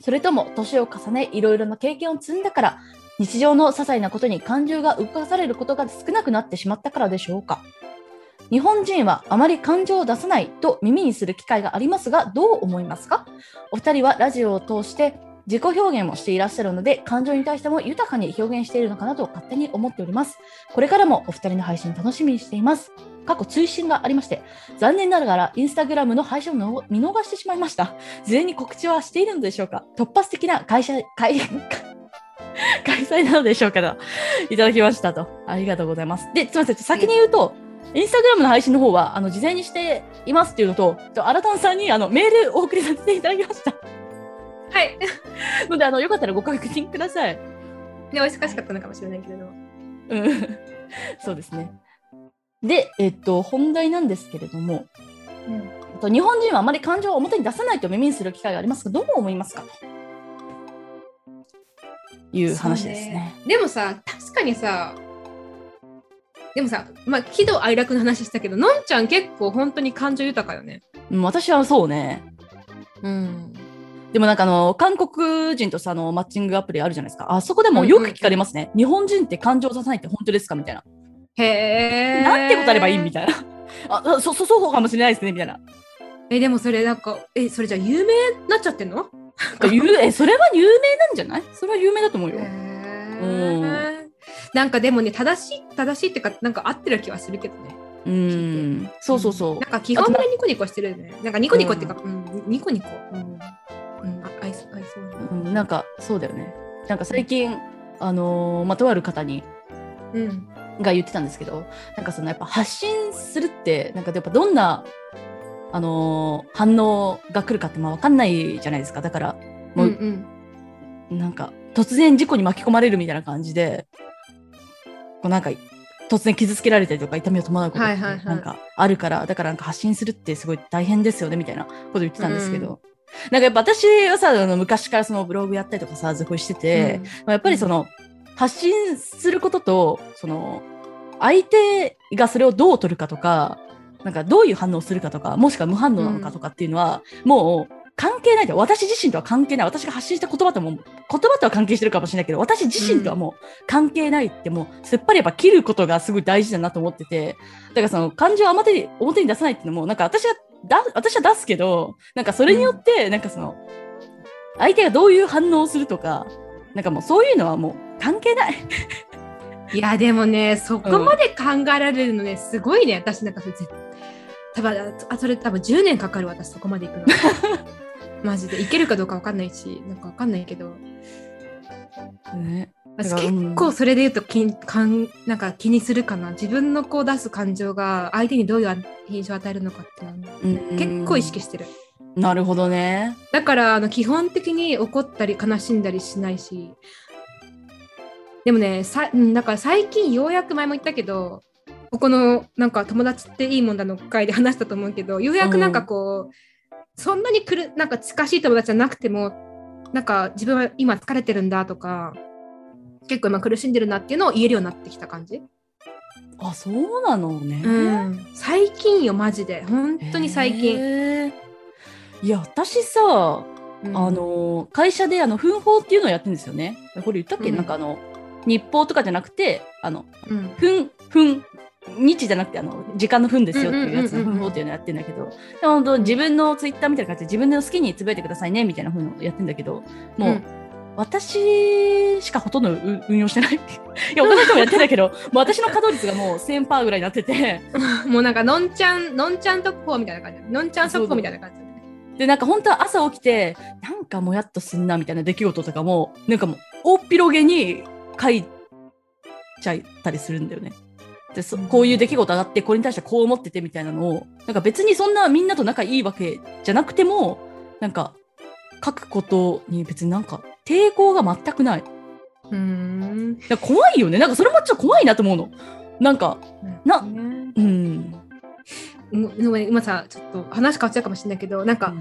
S1: それとも年を重ねいろいろな経験を積んだから日常の些細なことに感情が動かされることが少なくなってしまったからでしょうか日本人はあまり感情を出さないと耳にする機会がありますがどう思いますかお二人はラジオを通して自己表現もしていらっしゃるので感情に対しても豊かに表現しているのかなと勝手に思っておりますこれからもお二人の配信楽しみにしています過去追伸がありまして残念ながらインスタグラムの配信をの見逃してしまいました事前に告知はしているのでしょうか突発的な会社会 開催なのでしょうかといただきましたとありがとうございますですみません先に言うと、インスタグラムの配信の方はあの事前にしていますっていうのと、と新たんさんにあのメールをお送りさせていただきました。
S2: はい。
S1: のであのよかったらご確認ください。
S2: ね、お忙しかったのかもしれないけれども。
S1: うん、そうですね。で、えっと、本題なんですけれども、えっと日本人はあまり感情を表に出さないと耳にする機会がありますが、どう思いますかという話ですね。
S2: そうねでもさ、確かにさ、でもさ、まあ、喜怒哀楽の話したけど、のんちゃん結構本当に感情豊かよね。
S1: うん私はそうね。
S2: うん。
S1: でもなんかあの韓国人とさあのマッチングアプリあるじゃないですか。あそこでもよく聞かれますね。日本人って感情を出さないって本当ですかみたいな。
S2: へえ。
S1: なんて答えればいいみ
S2: い
S1: たいな。あ、あそ、そ、そうかもしれないですねみ たいな。
S2: な。え、でもそれなんか、え、それじゃあ有名になっちゃってんの
S1: 有え、それは有名なんじゃない？それは有名だと思うよ。
S2: え。なんかでもね、正しい、正しいっていうか、なんか合ってる気はするけどね。
S1: うん。そうそうそう
S2: なん。か基本的にニコニコしてるよね。なんかニコニコっていうか、うん、ニコニコ。うん。うん、あ合いそう、合いそうだな。
S1: うん、なんかそうだよね。なんか最近あのーまあとある方に
S2: うん。
S1: が言ってたんですけど、なんかそのやっぱ発信するってなんかやっぱどんなあのー反応が来るかってまあわかんないじゃないですか。だからもう
S2: うんうん
S1: なんか突然事故に巻き込まれるみたいな感じでこうなんか突然傷つけられたりとか痛みを伴うこと
S2: は
S1: っ
S2: い
S1: て
S2: はいはい
S1: なんかあるから、だからなんか発信するってすごい大変ですよねみたいなこと言ってたんですけど、なんかやっぱ私はさあの昔からそのブログやったりとかさすごいしてて、まあやっぱりその発信することとその相手がそれをどう取るかとかなんかどういう反応をするかとかもしくは無反応なのかとかっていうのは、もう関係ないで私自身とは関係ない私が発信した言葉とも言葉とは関係してるかもしれないけど私自身とはもう関係ないってもうすっぱりやっぱ切ることがすごい大事だなと思っててだからその感情を表に表に出さないっていうのもなんか私はだ私は出すけどなんかそれによってなんかその相手がどういう反応をするとかなんかもうそういうのはもう関係ない。
S2: いやでもねそこまで考えられるのね、すごいね私なんかそれ絶多分あそれ多分10年かかる私そこまで行 くのマジでいけるかどうかわかんないしなんかわかんないけど
S1: ね、だ
S2: 私
S1: からうん
S2: 結構それで言うと気にかんなんか気にするかな自分のこう出す感情が相手にどういう印象を与えるのかっていうのは結構意識
S1: し
S2: してる
S1: なるほどね。
S2: だからあの基本的に怒ったり悲しんだりしないしでもねさうんなんか最近ようやく前も言ったけどここのなんか友達っていいもんだの回で話したと思うけどようやくなんかこう、そんなにくるなんか近しい友達じゃなくてもなんか自分は今疲れてるんだとか結構今苦しんでるなっていうのを言えるようになってきた感じ、
S1: あ、そうなのね。
S2: うん、最近よマジで本当に最近、
S1: へー。いや、私さ、
S2: うん
S1: あの、会社であの、奮法っていうのをやってるんですよね。これ言ったっけ、
S2: うん
S1: なんかあの、日報とかじゃなくて、あの、
S2: うん
S1: 分分日じゃなくてあの時間の分ですよっていうやつ
S2: うん
S1: の
S2: うんうんうん
S1: 分法っていうのやってんだけど、でも本当自分のツイッターみたいな感じで自分の好きにつぶやいてくださいねみたいな風のやってんだけど、もう、
S2: うん
S1: 私しかほとんどう運用してない。いや、他の人もやってんだけど、もう私の稼働率がもう1000%ぐらいになってて、
S2: もうなんかのんちゃんのんちゃん特報みたいな感じのんちゃん速報みたいな感じだね
S1: で、なんか本当は朝起きて、なんかもやっとすんなみたいな出来事とかも、なんかもう大っ広げに書いちゃったりするんだよね。でそこういう出来事があって、これに対してこう思っててみたいなのを、なんか別にそんなみんなと仲いいわけじゃなくても、なんか書くことに別になんか抵抗が全くない。だか
S2: うーん
S1: ら怖いよね。なんかそれもちょっと怖いなと思うの。なんか、な
S2: ね
S1: うん。
S2: もうでもね今さちょっと話変わっちゃうかもしれないけどなんか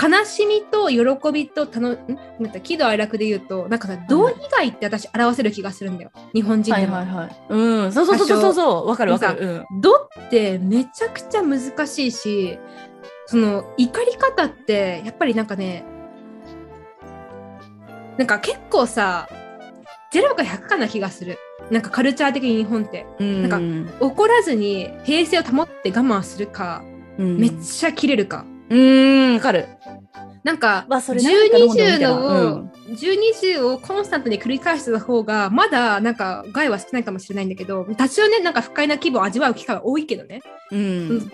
S2: 悲しみと喜びとたのんまた喜怒哀楽で言うとなんかさ同意以外って私表せる気がするんだよ日本人
S1: は
S2: で
S1: い
S2: も、
S1: はいはい。うん。そうそうそうそうそう。わかるわか
S2: 多
S1: る。うん。
S2: ドってめちゃくちゃ難しいしその怒り方ってやっぱりなんかねなんか結構さ0か100かな気がするなんかカルチャー的に日本って
S1: うん
S2: な怒らずに平静を保って我慢するか、
S1: うん
S2: めっちゃ切れるか
S1: うーん、わかる。
S2: なんか
S1: まあそれなんか飲んでみた
S2: 1020
S1: ら
S2: の、
S1: うん
S2: 1020をコンスタントに繰り返した方がまだなんか害は少ないかもしれないんだけど多少ねなんか不快な気分を味わう機会は多いけどね、
S1: うん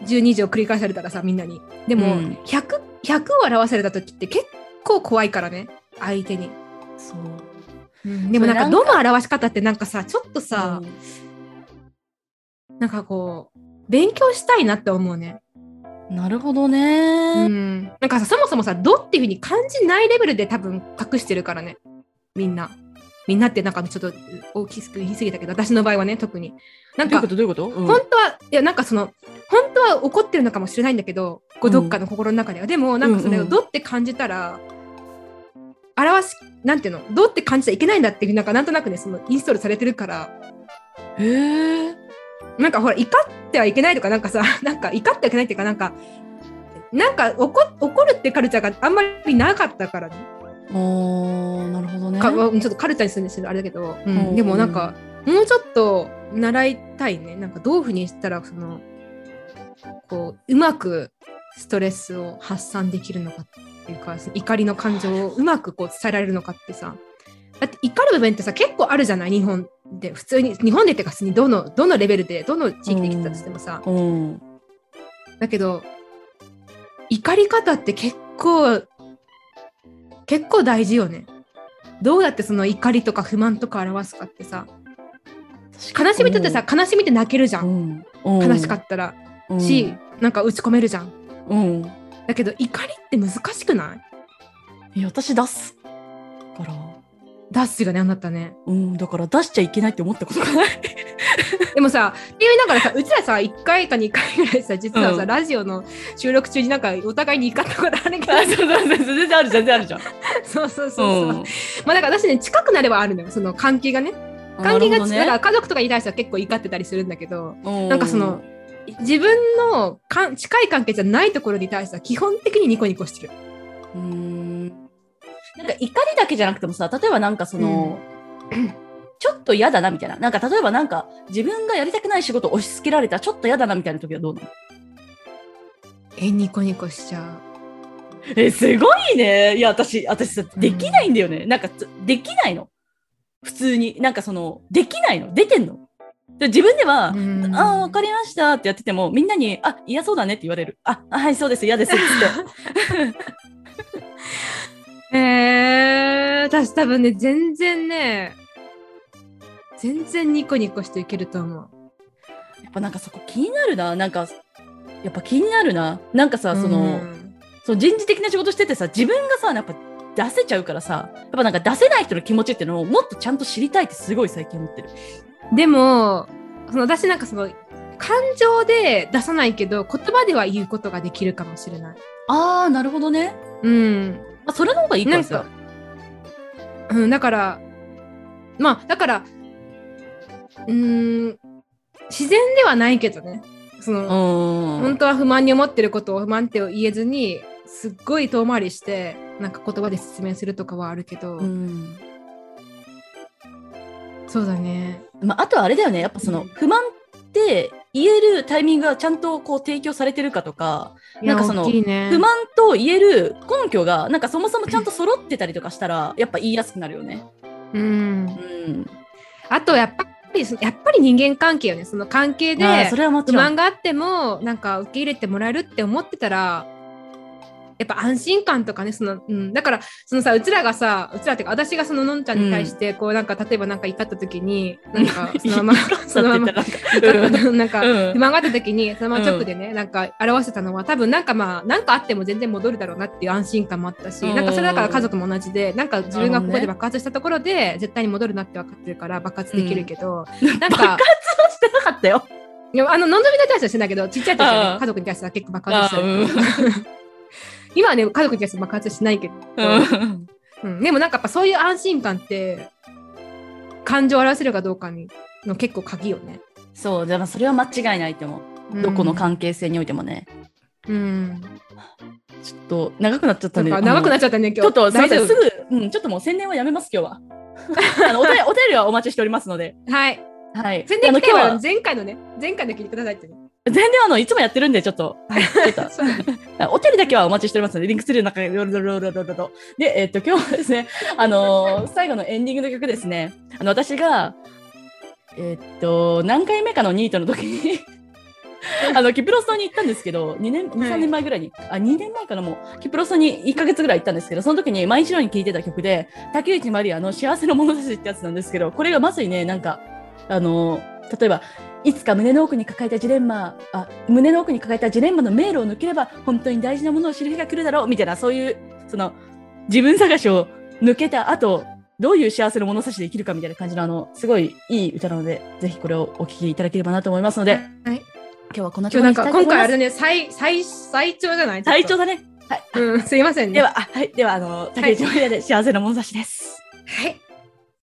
S2: 1020を繰り返されたらさみんなにでも、
S1: うん
S2: 100, 100を表された時って結構怖いからね相手に、
S1: そう
S2: でもなんか
S1: それな
S2: ど
S1: ん
S2: の表し方ってなんかさちょっとさ
S1: さ、
S2: なんかこう勉強したいなって思うね、
S1: なるほどね、
S2: うん、なんかさそもそもさ「ど」っていうふうに感じないレベルで多分隠してるからねみんなみんなってなんかちょっと大きく言い過ぎたけど私の場合はね特になん
S1: どういう
S2: か
S1: ことどういうこと、うん
S2: 本当はいやなんかその本当は怒ってるのかもしれないんだけどこう
S1: うん
S2: どっかの心の中では、でもなんかそれ
S1: う
S2: を
S1: んうん
S2: どって感じたら、表すなんていうのどって感じちゃいけないんだっていうなんかなんとなくねそのインストールされてるから
S1: へえ
S2: なんかほら怒ってはいけないとかなんかさ なんか怒ってはいけないっていうかなんかなんか怒怒るってカルチャーがあんまりなかったから、ね、
S1: おーなるほどね
S2: かちょっとカルチャーにするんですけどあれだけど、うん
S1: うん
S2: でもなんかもうちょっと習いたいねなんかどういうふうにしたらそのこううまくストレスを発散できるのかっていうかその怒りの感情をうまくこう伝えられるのかってさだって怒る部分ってさ結構あるじゃない日本で普通に日本でっていうか普通にどのどのレベルでどの地域で来たとしてもさ、
S1: うん
S2: だけど怒り方って結構結構大事よね。どうやってその怒りとか不満とか表すかってさ悲しみだってさ悲しみって泣けるじゃ、
S1: うんん、
S2: 悲しか
S1: っ
S2: ったら、
S1: た、うん
S2: し、なんか打ち込めるじゃん
S1: うん、
S2: だけど怒りって難しくない
S1: いや私出すから
S2: ダッシュがねあんなったね
S1: うんだから出しちゃいけないって思ったことがない
S2: でもさって言いながらさうちらさ1回か2回ぐらいさ実はさ、
S1: うん
S2: ラジオの収録中になんかお互いに怒ったことあるけど
S1: そうそうそう全然ある全然あるじゃん
S2: そうそうそうそう、まあだから私ね近くなればあるのよその関係がね関係がち、だから家族とかに対しては結構怒ってたりするんだけど、なんかその、自分のかん近い関係じゃないところに対しては基本的にニコニコしてる。
S1: うんなんか怒りだけじゃなくてもさ例えばなんかその、ちょっと嫌だなみたいななんか例えばなんか自分がやりたくない仕事を押し付けられたちょっと嫌だなみたいな時はどうなの
S2: え、ニコニコしちゃ
S1: えすごいねいや私私さできないんだよね、なんかつできないの普通になんかそのできないの出てんので自分では、
S2: うん
S1: ああわかりましたってやっててもみんなに「あ嫌そうだね」って言われる「ああはいそうです嫌です」って
S2: う。えー、私多分ね、全然ね、全然ニコニコしていけると思う。
S1: やっぱなんかそこ気になるななんかやっぱ気になるななんかさその,、
S2: うん
S1: その人事的な仕事しててさ自分がさやっぱ出せちゃうからさやっぱなんか出せない人の気持ちってのをもっとちゃんと知りたいってすごい最近思ってる。
S2: でも、その私なんかその、感情で出さないけど、言葉では言うことができるかもしれない。
S1: ああなるほどね。
S2: うん。
S1: まあ、それの方がいいか
S2: な
S1: ら
S2: ん
S1: さ
S2: か。、うん、だから、まあ、だから、うーん、自然ではないけどね、その、
S1: う
S2: 本
S1: ん
S2: 当は不満に思ってることを不満って言えずに、すっごい遠回りして、なんか言葉で説明するとかはあるけど、
S1: うん
S2: そうだね。
S1: まあ、あとはあれだよねやっぱその
S2: うん
S1: 不満って言えるタイミングがちゃんとこう提供されてるかとか
S2: いや
S1: なんかその
S2: 大きいね
S1: 不満と言える根拠がなんかそもそもちゃんと揃ってたりとかしたらやっぱ言いやすくなるよね。
S2: う
S1: う
S2: ん。
S1: ん、
S2: あと、やっぱり、やっぱり人間関係よね、その関係で、
S1: あーそれはもち
S2: 不
S1: ろん。
S2: 満があってもなんか受け入れてもらえるって思ってたらやっぱ安心感とかねその、うん、だからそのさうちらがさうちらっていうか私がそののんちゃんに対してこう、なんか例えばなんか怒った時になんかそ のままそのまま なんか
S1: うん
S2: 不満があった時にそのまま直でね、なんか表してたのは多分なんかまあなんかあっても全然戻るだろうなっていう安心感もあったし、
S1: うん
S2: なんかそれだから家族も同じでなんか自分がここ
S1: なるほど
S2: で
S1: ね
S2: 爆発したところで絶対に戻るなって分かってるから爆発できるけど、なん
S1: 爆発。
S2: か
S1: はしてなかったよ。
S2: いやあの、のんぞみに対してはしてないけど、ちっちゃい時は
S1: あ
S2: ね、
S1: あ
S2: 家族に対しては結構爆発して
S1: あ
S2: る。今はね、家族に対して爆発しないけど、うんでもなんかやっぱそういう安心感って、感情を表せるかどうかにの結構鍵よね。
S1: そう、でもそれは間違いないと思う。どこの関係性においてもね。
S2: うん。
S1: ちょっと長くなっちゃった
S2: なん
S1: で。
S2: か長くなっ
S1: ち
S2: ちゃったね、今日。
S1: ちょっとすいま
S2: 大
S1: せ
S2: 丈
S1: んす
S2: 夫。
S1: ぐ、うん、ちょっともう宣伝はやめます、今日 は。あのお便りお便りはお待ちしておりますので。
S2: はい。
S1: はい。
S2: 全然
S1: あの
S2: 来
S1: 今日
S2: た
S1: は
S2: は前回のね、前回の聞いてくださいってね。
S1: 全然あの、いつもやってるんで、ちょっと、 ちょっとお便りだけはお待ちしておりますので、リンクする中で、ロロロロロロロ。で、えっと、今日はですね、 あのー最後のエンディングの曲ですね、あの、私が、えっと、何回目かのニートの時に、 あの、キプロス島に行ったんですけど、2年、2、3年前ぐらいに、あ、2年前かなもう、キプロス島に1ヶ月ぐらい行ったんですけど、その時に毎日のように聴いてた曲で、竹内まりやの幸せの物差しってやつなんですけど、これがまさにね、なんか、あのー例えば、いつか胸の奥に抱えたジレンマあ胸の奥に抱えたジレンマの迷路を抜ければ本当に大事なものを知る日が来るだろうみたいなそういうその自分探しを抜けた後どういう幸せの物差しで生きるかみたいな感じのあのすごいいい歌なのでぜひこれをお聴きいただければなと思いますので、
S2: はい
S1: 今日はこんなと
S2: 今日
S1: ころ
S2: なん
S1: にした
S2: か
S1: いと思
S2: 今
S1: います
S2: 回あれだね、最、最、最長じゃない
S1: 隊長
S2: だ。
S1: だね、はい
S2: うん、すいませんね。
S1: ではあはいではあの竹内まりやで幸せの物差しです、
S2: はい。